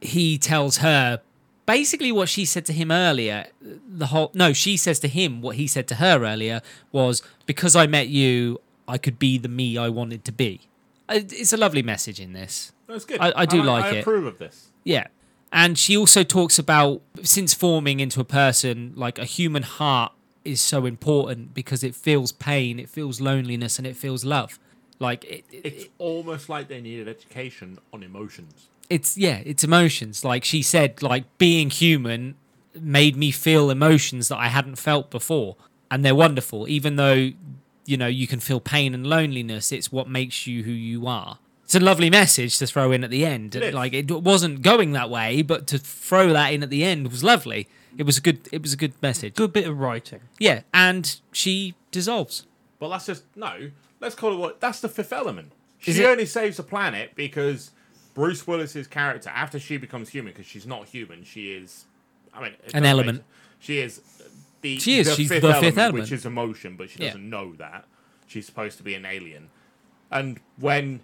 he tells her basically what she said to him earlier the whole no she says to him what he said to her earlier was because i met you i could be the me i wanted to be I- it's a lovely message in this That's good. I- I do like I it. approve of this. yeah. And she also talks about since forming into a person, like a human heart is so important because it feels pain, it feels loneliness, and it feels love. Like it, it- It's almost like they needed education on emotions. it's yeah, it's emotions. Like she said, like being human made me feel emotions that I hadn't felt before, and they're wonderful. Even though you know you can feel pain and loneliness, it's what makes you who you are. It's a lovely message to throw in at the end. It is. like it wasn't going that way, but to throw that in at the end was lovely. It was a good. It was a good message. Good bit of writing. Yeah, and she dissolves. But that's just no. Let's call it what. That's the fifth element. She Is it- only saves the planet because Bruce Willis's character, after she becomes human, because she's not human, she is. I mean, it An doesn't element. make- She is the. She is, The she's fifth the fifth element, element. which is emotion, but she Yeah. doesn't know that. She's supposed to be an alien, and when.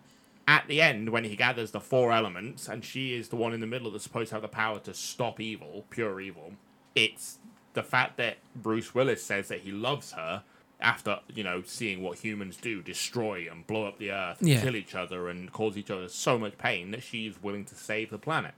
At the end, when he gathers the four elements, and she is the one in the middle that's supposed to have the power to stop evil, pure evil, it's the fact that Bruce Willis says that he loves her after you know seeing what humans do destroy and blow up the earth and Yeah. kill each other and cause each other so much pain that she is willing to save the planet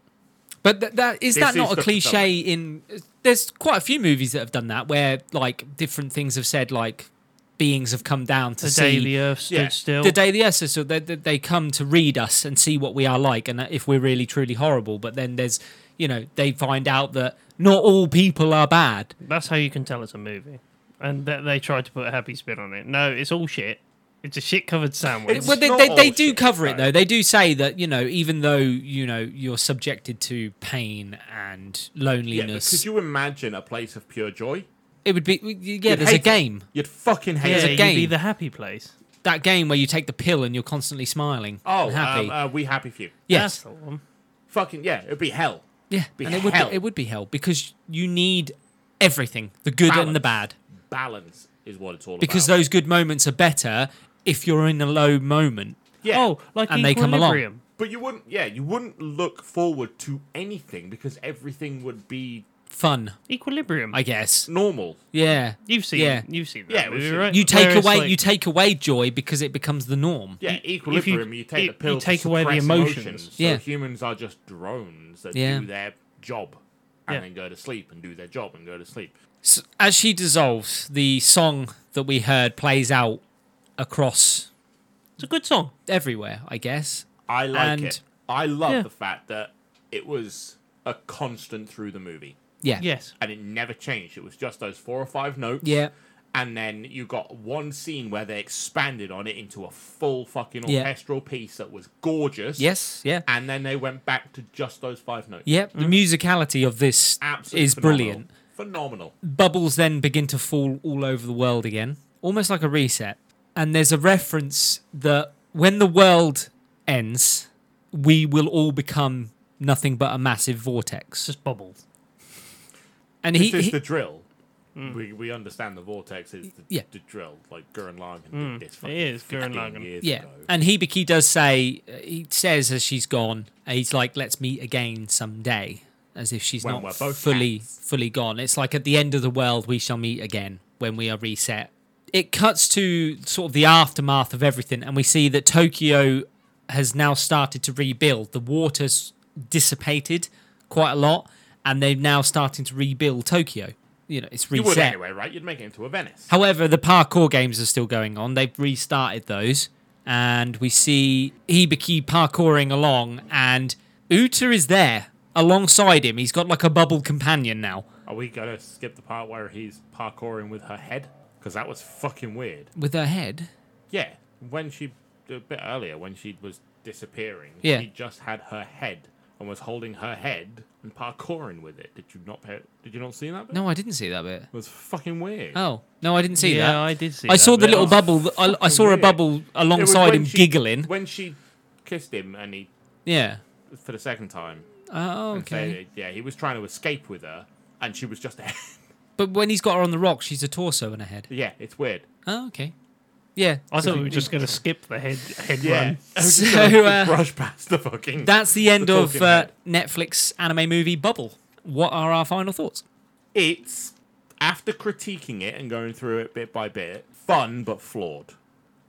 But th- that is This that is not a the cliche? In there's quite a few movies that have done that, where like different things have said like beings have come down to The see day the earth stood yeah, still. the day the essence, so they, they they come to read us and see what we are like and uh, if we're really truly horrible. But then there's you know they find out that not all people are bad. That's how you can tell it's a movie. And that they tried to put a happy spin on it. No, it's all shit. It's a shit covered sandwich. It's well, they, not they, all they do shit, cover it though. though. They do say that you know even though you know you're subjected to pain and yeah loneliness, could you imagine a place of pure joy it would be yeah. You'd There's a hate it. game you'd fucking hate There's yeah, a it. you'd be game. the happy place. that game where you take the pill and you're constantly smiling. oh and happy. um, uh, we happy few yes. That's the one. fucking yeah it'd be hell Yeah, Be and it would hell. be, it would be hell because you need everything, the good and the Balance. bad, balance is what it's all because about those good moments are better if you're in a low moment. yeah Oh, like And they equilibrium. come along. but you wouldn't yeah you wouldn't look forward to anything because everything would be Fun, Equilibrium. I guess. normal Yeah, you've seen Yeah. you've seen that Yeah, we've movie, seen it. right? you take Where it's away like- you take away joy because it becomes the norm. Yeah, you- equilibrium. if You, you- take you- the pill you to take away the suppress emotions. So Yeah. humans are just drones that Yeah. do their job and Yeah. then go to sleep and do their job and go to sleep. S as she dissolves, the song that we heard plays out across It's a good song. everywhere. I guess. I like And- it. I love Yeah. the fact that it was a constant through the movie Yeah. Yes. and it never changed. It was just those four or five notes. Yeah. And then you got one scene where they expanded on it into a full fucking Yeah. orchestral piece that was gorgeous. Yes. Yeah. And then they went back to just those five notes. Yep, the musicality of this Mm-hmm. Absolutely is phenomenal. brilliant. Phenomenal. bubbles then begin to fall all over the world again, almost like a reset. And there's a reference that when the world ends, we will all become nothing but a massive It's vortex. just bubbles. And he, this is he- the drill. Mm. We, we understand the vortex is the, Yeah. the drill. Like Gurren Lagann did this. Mm, It is Gurren Gurren Lagann. Years yeah, Ago. and Hibiki does say uh, he says as she's gone, uh, he's like, "Let's meet again someday," as if she's When we're not both fully fully gone. It's like at the end of the world, we shall meet again when we are reset. It cuts to sort of the aftermath of everything, and we see that Tokyo has now started to rebuild. The water's dissipated quite a lot, and they're now starting to rebuild Tokyo. You know, it's You reset. would anyway, right? You'd make it into a Venice. However, the parkour games are still going on. They've restarted those. And we see Hibiki parkouring along, and Uta is there alongside him. He's got like a bubble companion now Are we gonna skip the part where he's parkouring with her head? Because that was fucking weird. with her head. Yeah, when she a bit earlier when she was disappearing, Yeah. he just had her head and was holding her head and parkouring with it. Did you not? Pay, did you not see that? Bit? No, I didn't see that bit. it was fucking weird. Oh, no, I didn't see yeah, that. Oh, I did see I saw the that bit. little bubble. I, I fucking saw a weird. bubble It was alongside when him she- giggling. when she kissed him and he Yeah. for the second time. Oh, and say okay. that, yeah, he was trying to escape with her, and she was just a But when he's got her on the rock, she's a torso and a head. Yeah, it's weird. Oh, okay. Yeah. I thought we were just going to skip the head head Yeah. run. So uh, Brush past the fucking. that's the end the of talking uh, head. Netflix anime movie Bubble. What are our final thoughts? it's after critiquing it and going through it bit by bit, fun but flawed.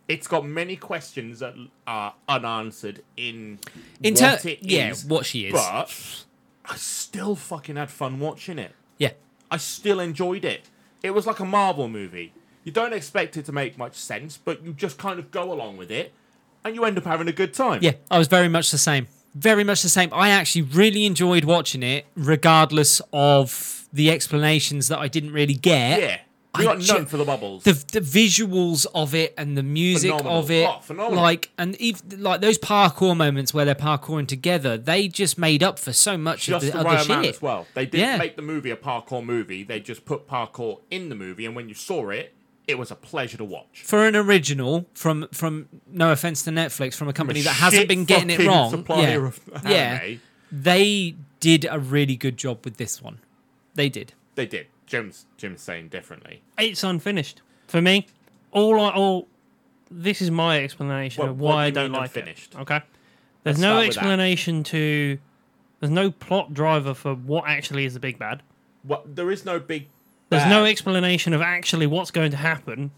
It's got many questions that are unanswered in In what ter- it yeah, is, what she is. But I still fucking had fun watching it. Yeah. I still enjoyed it. It was like a Marvel movie. You don't expect it to make much sense, but you just kind of go along with it, and you end up having a good time. Yeah, I was very much the same. Very much the same. I actually really enjoyed watching it, regardless of the explanations that I didn't really get. yeah. We I got ju- none for the bubbles. the the visuals of it and the music Phenomenal. of it, Oh, phenomenal. like and even like those parkour moments where they're parkouring together, they just made up for so much just of the, the, other right amount shit. as well. They didn't Yeah. make the movie a parkour movie. They just put parkour in the movie, and when you saw it, it was a pleasure to watch. For an original from from no offense to Netflix from a company a that hasn't shit been getting it fucking wrong, supplier yeah, of anime. yeah, they did a really good job with this one. They did. They did. Jim's Jim's saying differently. It's unfinished for me. All I all this is my explanation Well, of what do why I you don't mean like unfinished? it. Okay. There's Let's no start with that. explanation to. There's no plot driver for what actually is the big bad. What? There is no big. There's bad. no explanation of actually what's going to happen.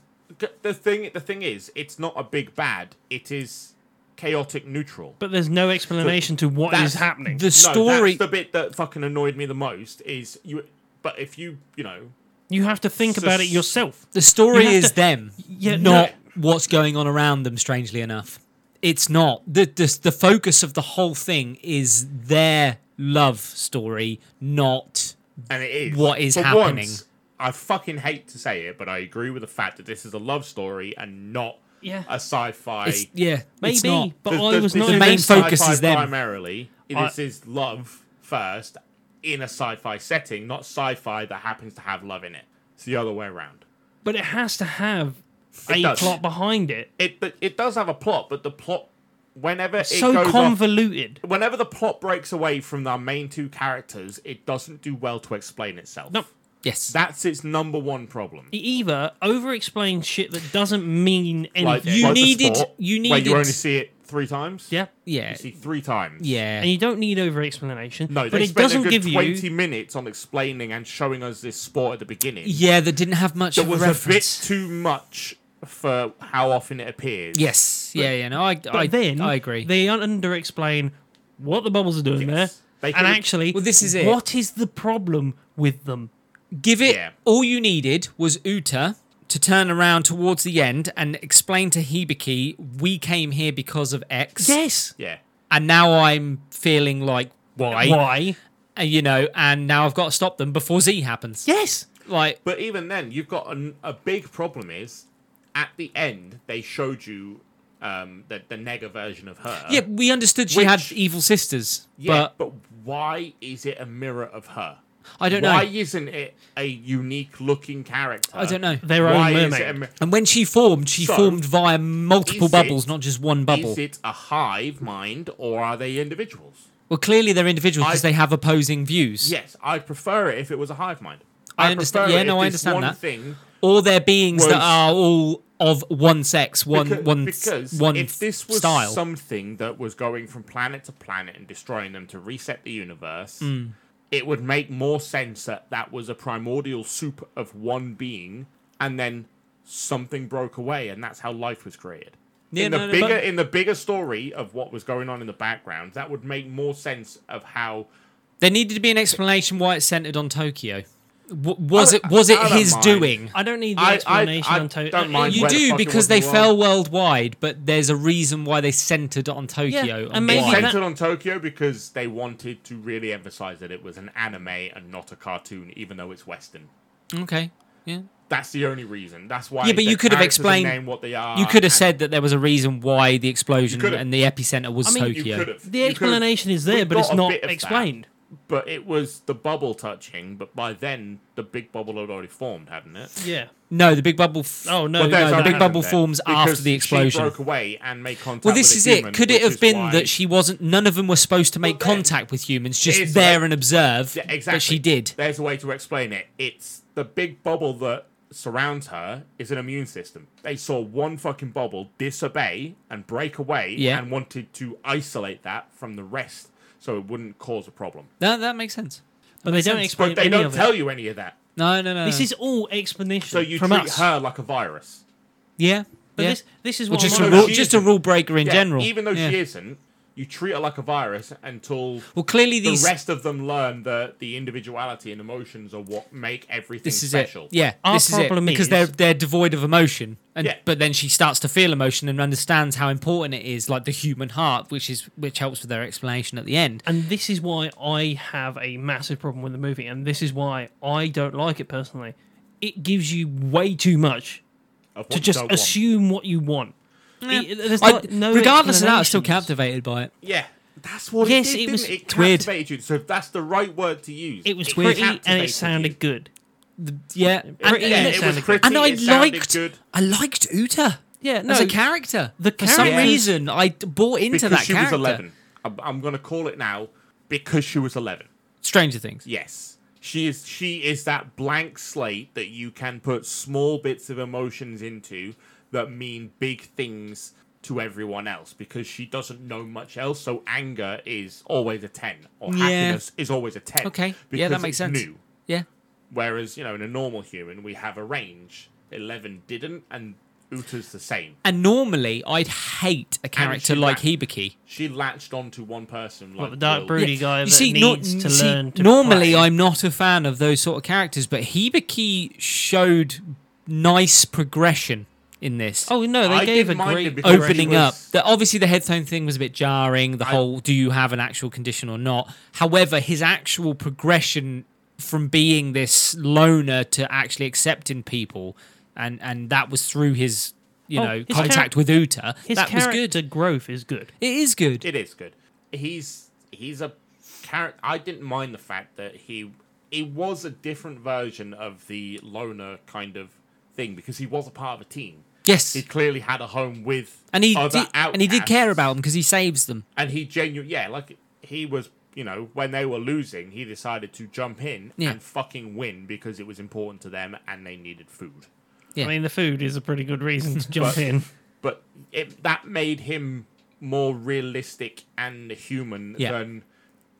the thing. The thing is, it's not a big bad. It is chaotic neutral. But there's no explanation to what That's is happening. The story, No, that's the bit that fucking annoyed me the most is you. But if you, you know, you have to think Sus- about it yourself. The story You have is to- them, Yeah, no. not what's going on around them. Strangely enough, it's not the, the the focus of the whole thing is their love story, not and it is What is For happening. once, I fucking hate to say it, but I agree with the fact that this is a love story and not Yeah. a sci-fi. it's, yeah, Maybe, it's not. but There's- I there's- was this not. is The main sci-fi focus is them. primarily. It- I- This is love first in a sci-fi setting, not sci-fi that happens to have love in it. It's the other way around. but it has to have It a does. plot behind it. It but it does have a plot, but the plot whenever it so goes off- convoluted. whenever the plot breaks away from our main two characters, it doesn't do well to explain itself. No. Yes, That's its number one problem. It either over explains shit that doesn't mean Like, anything. You like the needed- sport, you where needed- you only see it three times. yeah. yeah, you see three times. And yeah. you don't need over explanation. No, they but it spent doesn't a good give you. twenty minutes on explaining and showing us this sport at the beginning. Yeah, that didn't have much That of a was a bit reference. too much for how often it appears. yes, yeah, yeah. No, I, But I, then I agree. They under explain what the bubbles are doing Yes. there, They and could- actually, Well, this is it. What is the problem with them? Give it Yeah. all you needed was Uta to turn around towards the end and explain to Hibiki, we came here because of X. Yes. Yeah. and now I'm feeling like why, Why? And, you know, and now I've got to stop them before Z happens. Yes. Like, But even then, you've got an, a big problem is at the end they showed you um, the the nega version of her. yeah, we understood she had Which- evil sisters, Yeah, but but, why is it a mirror of her? I don't Why know. isn't it a unique looking character? I don't know. Their own Why is mermaid. it a mi- And when she formed, she So, formed via multiple is bubbles, it- not just one bubble. Is it a hive mind or are they individuals? well, clearly they're individuals because I- they have opposing views, Yes, I'd prefer it if it was a hive mind. I I'd understand- prefer yeah, it no, if I this understand one that. Thing, or they're beings that Was- are all of one sex, one because, one s- because one if this was style. something that was going from planet to planet and destroying them to reset the universe, Hmm. it would make more sense that that was a primordial soup of one being, and then something broke away, and that's how life was created. Yeah, in no, the no, bigger but- in the bigger story of what was going on in the background, that would make more sense of how there needed to be an explanation why it's centered on Tokyo. W- was I it don't- was it I don't his mind. doing? I don't need the I- I- explanation I on to- don't mind You where the do fuck it because was they in the fell world. worldwide, but there's a reason why they centered on Tokyo. and and maybe why. that- centered on Tokyo because they wanted to really emphasize that it was an anime and not a cartoon, even though it's Western. Mm, Okay. Yeah. That's the only reason. That's why. Yeah, but their you could have characters and explained- name what they are. You could have and- said that there was a reason why the explosion could've- and the epicenter was I mean, you You Tokyo. could have. The explanation is there, but it's not explained. But it was the bubble touching, but by then the big bubble had already formed, hadn't it? Yeah. No, the big bubble. F- Oh no. But there's no, that the big happened bubble then, forms after because the explosion. She broke away and made contact. Well, this with is a human, it. Could it which have is been why- that she wasn't? None of them were supposed to make Well, then- contact with humans, It is just there like- and observe. Yeah, exactly. But she did. There's a way to explain it. It's the big bubble that surrounds her is an immune system. They saw one fucking bubble disobey and break away, Yeah. and wanted to isolate that from the rest, so it wouldn't cause a problem. No, that makes sense. But they don't sense. explain But they any don't of tell it. you any of that. No, no, no. This no. is all explanation So you from treat us. her like a virus. yeah. But yeah. this, this is Or what just I'm a Although rule, on. she just a isn't. rule breaker in Yeah, general. Even though Yeah. she isn't, you treat her like a virus until Well, clearly the these. rest of them learn that the individuality and emotions are what make everything this is special. it. Yeah, Our this is it problem because is- they're they're devoid of emotion, and Yeah. but then she starts to feel emotion and understands how important it is, like the human heart, which is which helps with their explanation at the end. And this is why I have a massive problem with the movie, and this is why I don't like it personally. It gives you way too much Of what to you just don't want. assume what you want. It- there's I- not- no regardless of that, I was still explanations. captivated by it. Yeah, that's what Yes, it did. it didn't was- it? it it's weird. captivated you. So if that's the right word to use, It was weird. pretty and it captivated sounded you. good. Yeah, and, Pretty- Yeah, and it was sounded pretty. and I it sounded liked good I liked Uta. Yeah, no, as a character. the for some characters- reason I d- bought into because that she character. was eleven. I'm, I'm going to call it now because she was eleven. Stranger Things. Yes, she is. She is that blank slate that you can put small bits of emotions into that mean big things to everyone else because she doesn't know much else. So anger is always a ten, or Yeah. happiness is always a ten. Okay, yeah, that because makes sense. it's New. Yeah, Whereas, you know, in a normal human, we have a range. Eleven didn't, and Uta's the same. and normally I'd hate a character she like lacked- Hibiki. She latched onto one person. Like What, the Dark Will. Brood? Pretty guy that nor- needs to see, learn to normally, play. I'm not a fan of those sort of characters, but Hibiki showed nice progression in this. Oh no, they I gave a didn't mind it great because- direction. opening was- up. The, obviously, the headphone thing was a bit jarring. The whole do you have an actual condition or not? However, his actual progression from being this loner to actually accepting people, and and that was through his you Oh, know his contact charac- with Uta. His that was character good. growth is good. It is good. It is good. He's he's a character. I didn't mind the fact that he he was a different version of the loner kind of thing because he was a part of a team. yes, He clearly had a home with and he other did, and he did outcasts. care about them because he saves them. and he genuinely yeah like he was you know when they were losing he decided to jump in Yeah. and fucking win because it was important to them and they needed food Yeah. I mean, the food is a pretty good reason to jump in. but it, that made him more realistic and human Yeah. than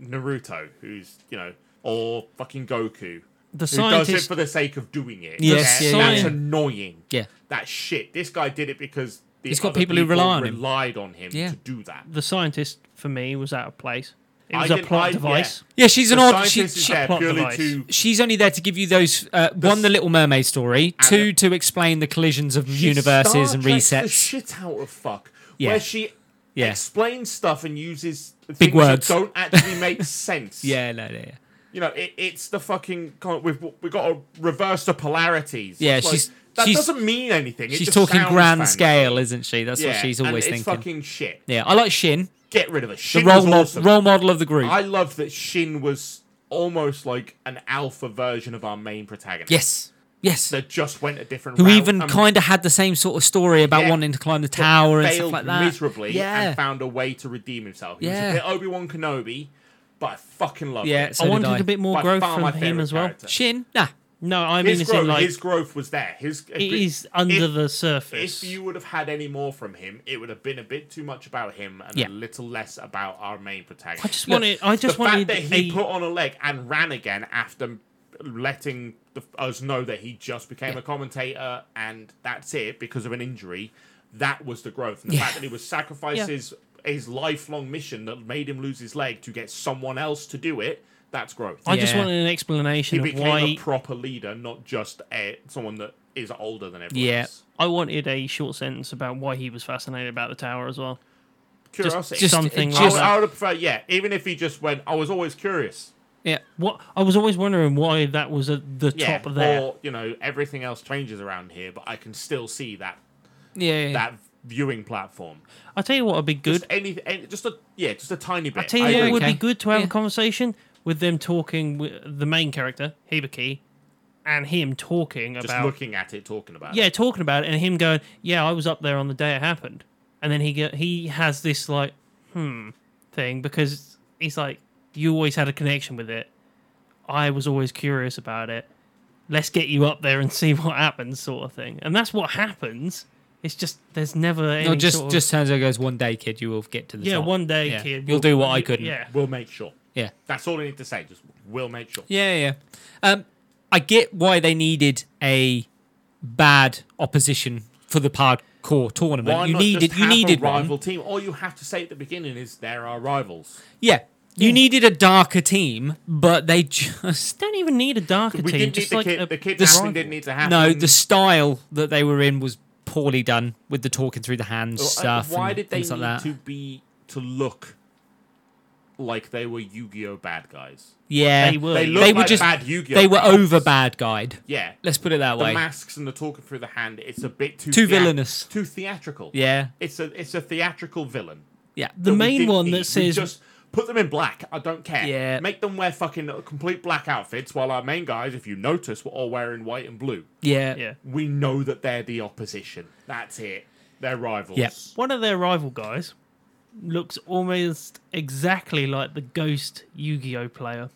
naruto who's you know or fucking goku The who does it scientist, for the sake of doing it Yes, Yeah, yeah, that's yeah. annoying Yeah. that shit this guy did it because the He's got other people who rely on him. relied on him Yeah. to do that the scientist for me was out of place. It I was a didn't- I- plot yeah. device. Yeah, she's an the odd. She, scientist is she, there plot purely device. to she's only there to give you those uh, one, the Little Mermaid story. Two, to explain the collisions of She universes Star and Treks The resets. shit out of fuck. Yeah. Where she Yeah. explains stuff and uses things words. that don't actually make sense. Yeah, no, no, yeah. You know, it, it's the fucking con- we've we've got to reverse the polarities. Yeah, It's she's- that she's- doesn't mean anything. It She's just talking sounds grand fancy. scale, isn't she? That's Yeah, what she's and always it's thinking. fucking shit. Yeah, I like Shin, Get rid of it. the Shin role, was mod- awesome. role model of the group. I love that Shin was almost like an alpha version of our main protagonist. yes, yes. that just went a different. Who route even and kind of had the same sort of story about Yeah. wanting to climb the tower and stuff failed like that. miserably yeah, and found a way to redeem himself. He Yeah. was a bit Obi Wan Kenobi, but I fucking love yeah. it. Oh, So I did wanted I. a bit more By growth far from my him favourite as well. character. Shin, nah. No, I mean, His it's growth, in like his growth was there. His it is under if, the If surface. you would have had any more from him, it would have been a bit too much about him and Yeah. a little less about our main protagonist. I just wanted, I just the wanted fact that he a- put on a leg and ran again after letting the, us know that he just became a commentator and that's it because of an injury. That was the growth, and the Yeah. fact that he was sacrificing his, his lifelong mission that made him lose his leg to get someone else to do it. That's growth. I just Yeah. wanted an explanation he of became a why proper leader, not just a, someone that is older than everyone Yeah. else. I wanted a short sentence about why he was fascinated about the tower as well. Curiosity. just- Something it's I, like would, just- that. I would have preferred, yeah, even if he just went, I was always curious. Yeah, What I was always wondering why that was at the Yeah, top there. or, you know, everything else changes around here, but I can still see that yeah, yeah. that viewing platform. I'll tell you what would be good. Just any, any just a yeah, just a tiny bit. I tell you I what agree. would be Okay. good to have Yeah. a conversation with them talking with the main character Hibiki, and him talking Just about looking at it, talking about yeah, it. talking about it, and him going, "Yeah, I was up there on the day it happened," and then he get, he has this like hmm thing because he's like, "You always had a connection with it. I was always curious about it. Let's get you up there and see what happens," sort of thing. And that's what happens. It's just there's never any No, just sort of- just turns out and goes one day, kid. You will get to the yeah top." one day Yeah. kid You'll we'll- do what I couldn't. yeah We'll make sure. yeah. That's all I need to say. Just we'll make sure. Yeah, yeah. Um, I get why they needed a bad opposition for the parkour tournament. Why you not needed, just you have needed a rival one. team? All you have to say at the beginning is there are rivals. Yeah, you needed a darker team, but they just don't even need a darker We team didn't need just the, like kid, a, the kid the happening rival. didn't need to happen. no. The style that they were in was poorly done with the talking through the hands Well, uh, stuff. Why and did they things need like that. to be to look like they were Yu-Gi-Oh bad guys? Yeah, They were. They They looked were like just- bad Yu-Gi-Oh. They were cards. over bad guide. Yeah, Let's put it that the way. masks and the talking through the hand. It's a bit too Too villainous. too theatrical. yeah, it's a it's a theatrical villain. yeah. the that we main didn't one need. that We says just put them in black. I don't care. Yeah. make them wear fucking complete black outfits. While our main guys, if you notice, were all wearing white and blue. yeah, yeah We know that they're the opposition. That's it. They're rivals. Yep. one of their rival guys looks almost exactly like the ghost Yu-Gi-Oh player.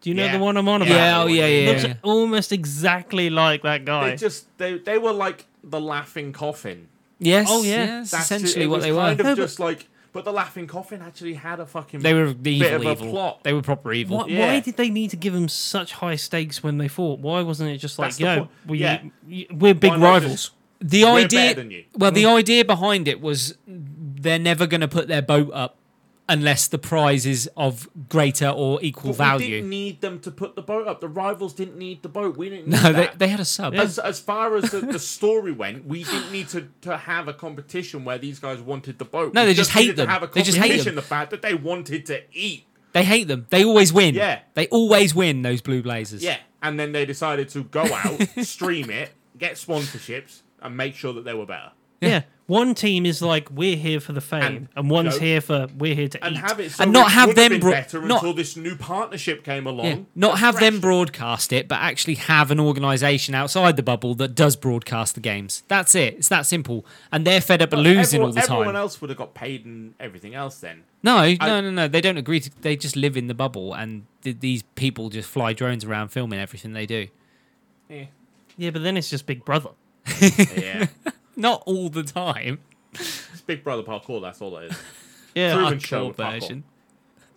Do you know Yeah. the one I'm on about? Yeah, oh, yeah, yeah, Looks almost exactly like that guy. They just they they were like the laughing coffin. Yes. Oh, yeah. That's That's essentially it what was they were. Kind No, of but- just like, but the laughing coffin actually had a fucking. They were bit evil, of a evil. plot. They were proper evil. why, yeah. why did they need to give him such high stakes when they fought? Why wasn't it just like, That's yo, the point. we, Yeah. y- we're big Why not rivals? just- The We're idea, better than you. well, the idea behind it was they're never going to put their boat up unless the prize is of greater or equal But We value. didn't need them to put the boat up. The rivals didn't need the boat. We didn't. Need No, they, that. they had a sub. Yeah. As, as far as the, the story went, we didn't need to, to have a competition where these guys wanted the boat. No, We they just hate needed to them. Have a They just hate competition. them. The fact that they wanted to eat. They hate them. They always win. Yeah. They always win, those Blue Blazers. Yeah, and then they decided to go out, stream it, get sponsorships, and make sure that they were better. Yeah. One team is like, we're here for the fame, and, And- one's no. here for, we're here to and eat. have it so And not it have would have them been bro- better not- until this new partnership came along. Yeah. Not have them brought. broadcast it, but actually have an organisation outside the bubble that does broadcast the games. That's it. It's that simple. And they're fed up of losing everyone, all the time. Everyone else would have got paid and everything else then. No, no, no, no. They don't agree to. They just live in the bubble, and th- these people just fly drones around filming everything they do. yeah, but then it's just Big Brother. Yeah, Not all the time. it's Big Brother parkour. That's all it is. Yeah, Proven Hardcore show version. version.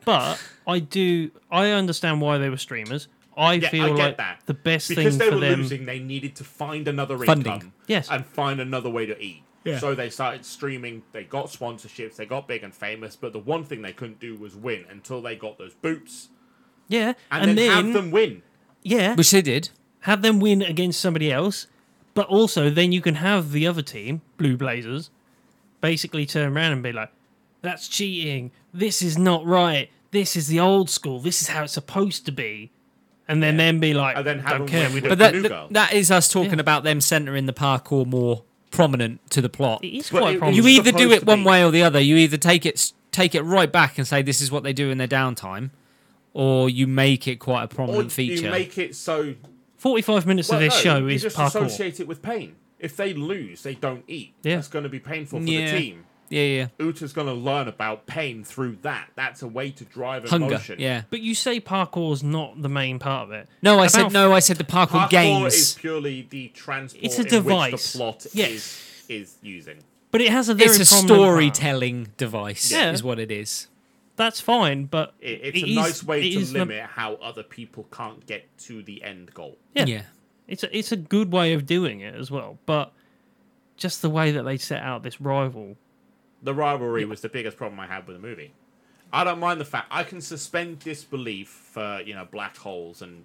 But I do. I understand why they were streamers. I Yeah, feel I get like that. the best Because thing they for were them. losing, they needed to find another Funding. income. Yes. and find another way to eat. Yeah. So they started streaming. They got sponsorships. They got big and famous. But the one thing they couldn't do was win until they got those boots, Yeah, and, then, have them win. yeah, Which they did. have them win against somebody else. But also, then you can have the other team, Blue Blazers, basically turn around and be like, "That's cheating. This is not right. This is the old school. This is how it's supposed to be." And then then be like, And then have "Don't them care. win We with don't." But But that, the new th- girl. that is us talking Yeah. about them centering the parkour more prominent to the plot. It is But quite it- promising. You either do supposed it to one be. way or the other. You either take it s- take it right back and say this is what they do in their downtime, or you make it quite a Or prominent feature. you make it so Forty-five minutes of this Well, show no, you is just parkour. associate it with pain. If they lose, they don't eat. Yeah. That's going to be painful for yeah. the team. yeah, yeah, Uta's going to learn about pain through that. That's a way to drive hunger, emotion. yeah. But you say parkour's not the main part of it. No, I About said no. I said the parkour, Parkour games. is purely the transport It's a in which device. the plot Yes. is is using. But it has a very it's a prominent part. storytelling device Yeah. is what it is That's fine, but It, it's it a is- nice way it to is the- limit how other people can't get to the end goal. yeah, yeah it's a, it's a good way of doing it as well. But just the way that they set out this rival, The rivalry was the biggest problem I had with the movie. I don't mind the fact I can suspend disbelief for you know black holes and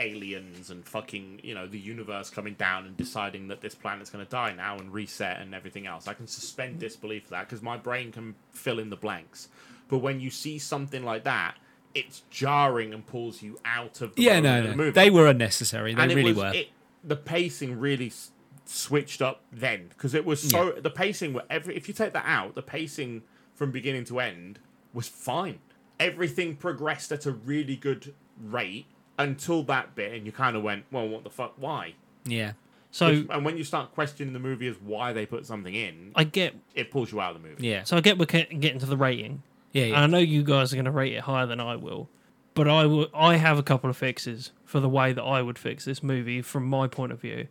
aliens and fucking you know the universe coming down and deciding that this planet's going to die now and reset and everything else. I can Mm-hmm. suspend disbelief for that because my brain can fill in the blanks. But when you see something like that, it's jarring and pulls you out of the yeah moment no of no the movie. they were unnecessary they and it really was, were It, the pacing really s- switched up then because it was so the pacing were every if you take that out, the pacing from beginning to end was fine. everything progressed at a really good rate until that bit, and you kind of went, well, what the fuck, why? Yeah. So and when you start questioning the movie as why they put something in, I get it pulls you out of the movie. Yeah. so I get we're get- getting to the rating, Yeah. and I know you guys are going to rate it higher than I will, but I will. I have a couple of fixes for the way that I would fix this movie from my point of view.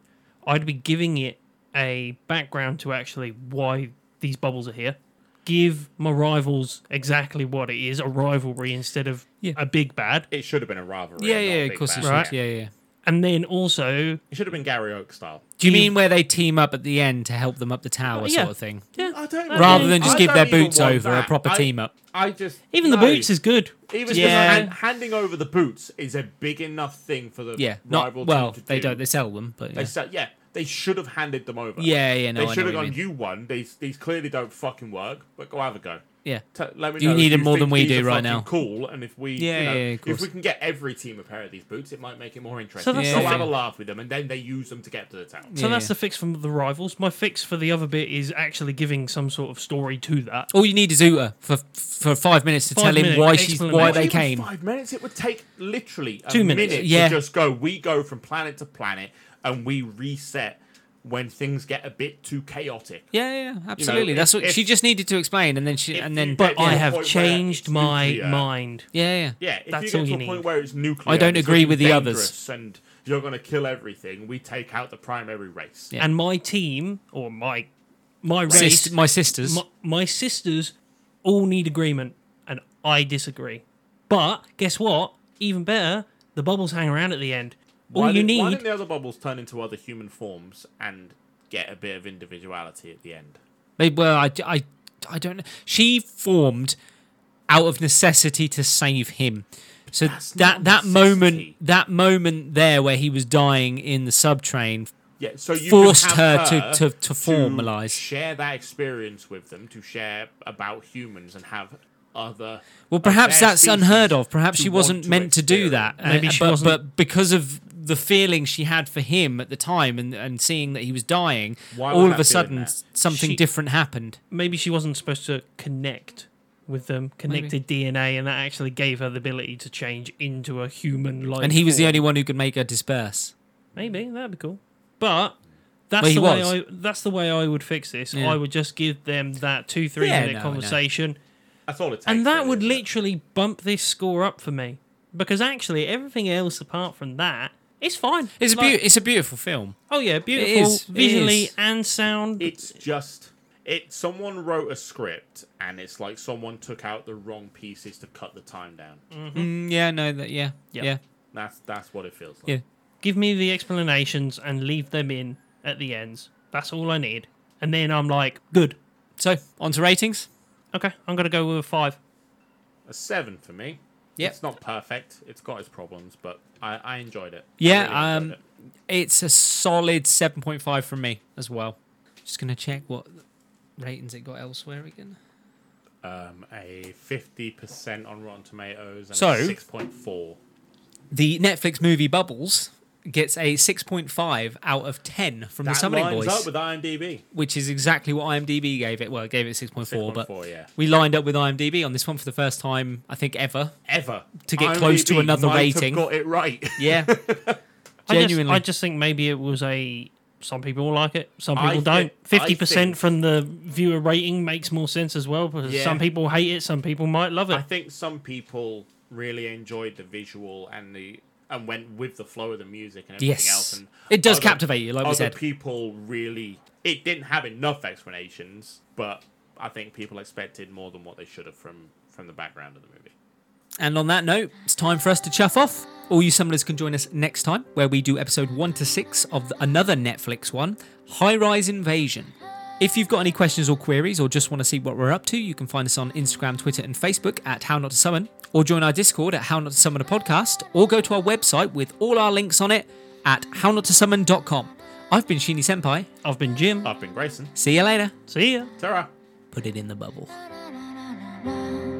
I'd be giving it a background to actually why these bubbles are here. Give my rivals exactly what it is—a rivalry instead of Yeah. a big bad. It should have been a rivalry. Yeah, and not yeah, a of big course it bad. should. Right. Yeah, yeah. And then also, It should have been Gary Oak style. Do you Give- mean where they team up at the end to help them up the tower, yeah. sort of thing, yeah, I don't rather mean, than just I give don't their even boots want over a that. proper I- team up? I just even the no. boots is good. even Yeah. yeah. handing over the boots is a big enough thing for the Yeah, not rival well. team to They do. don't. They sell them, but They yeah. said, yeah, they should have handed them over. Yeah, yeah, no, I they know should have what you gone. mean. You won. These these clearly don't fucking work. But go have a go. yeah. T- let me You know if need 'em more than think we these do are right fucking now. Cool. And if we, Yeah, you know, yeah, yeah, of if course. we can get every team a pair of these boots, it might make it more interesting. that's the go have a thing. laugh with them, and then they use them to get to the town. So Yeah, that's yeah. the fix from the rivals. My fix for the other bit is actually giving some sort of story to that. All you need is Uta for for five minutes to Five tell him minute why she's explanation. why Not they even came. Five minutes. It would take literally a Two minutes. minute Yeah. to just go. We go from planet to planet, and we reset when things get a bit too chaotic. Yeah, yeah, absolutely. if- That's what if- she just needed to explain, and then she if and then. you But get to I the have point where changed it's my nuclear. mind. yeah, yeah, Yeah, if That's you get all to you a need. point where it's nuclear, I don't and it's agree looking with the others. dangerous and you're going to kill everything. We take out the primary race. Yeah. And my team or my my race, Sist- my sisters. my, my sisters all need agreement and I disagree. But guess what? Even better, the bubbles hang around at the end. All Why you did- Why need didn't the other bubbles turn into other human forms and get a bit of individuality at the end? They were. I, I, I don't know. She formed out of necessity to save him. So that not that moment, necessity. that moment there where he was dying in the sub train. Yeah, so you Forced could have her her, to- to- to formalise. share that experience with them, to share about humans and have other. Well, of their perhaps that's species unheard of. Perhaps to she want wasn't meant to do experience. that. Uh, Maybe she but, wasn't- but because of the feeling she had for him at the time, and, and seeing that he was dying, Why was all that of a feeling sudden there? s- something She- different happened. maybe she wasn't supposed to connect with them, connected DNA, and that actually gave her the ability to change into a human like. And he was the only one who could make her disperse. Maybe that'd be cool. But that's Well, he the way was. I that's the way I would fix this. Yeah. I would just give them that two three Yeah, minute no, I know. conversation, That's all it takes. and that really, would isn't it? literally bump this score up for me because actually everything else apart from that. It's fine. It's a Like- beau- it's a beautiful film. Oh yeah, beautiful is, it visually is. and sound. It's just it. Someone wrote a script, and it's like someone took out the wrong pieces to cut the time down. Mm, yeah, no, that yeah, Yep. yeah. That's that's what it feels like. Yeah. give me the explanations and leave them in at the ends. That's all I need. And then I'm like, good. So on to ratings. Okay, I'm gonna go with a five. A seven for me. Yep. It's not perfect. It's got its problems, but I, I enjoyed it. I Yeah, really um, enjoyed it. It's a solid seven point five from me as well. Just gonna check what ratings it got elsewhere again. um, a fifty percent on Rotten Tomatoes and So- six point four. The Netflix movie Bubbles gets a six point five out of ten from That the Summoning lines Boys, up with IMDb. which is exactly what IMDb gave it. Well, it gave it six point four, but 6.4, yeah. we lined up with IMDb on this one for the first time I think ever. Ever To get close to IMDb another might have rating. got it right. Yeah, I just, genuinely. I just think maybe it was a. Some people like it, some I people don't. thi- I Fifty percent think- from the viewer rating makes more sense as well because Yeah. some people hate it, some people might love it. I think some people really enjoyed the visual and the and went with the flow of the music and everything Yes. else. And It does captivate you, like we other said. people really. It didn't have enough explanations, but I think people expected more than what they should have from from the background of the movie. And on that note, it's time for us to chuff off. All you summoners can join us next time, where we do episode one to six of the- another Netflix one, High Rise Invasion. If you've got any questions or queries, or just want to see what we're up to, you can find us on Instagram, Twitter, and Facebook at How Not to Summon, or join our Discord at How Not to Summon a Podcast, or go to our website with all our links on it at hownotosummon.com. I've been Shini Senpai. I've been Jim. I've been Grayson. See you later. See ya. Tara. Put it in the bubble. Thank you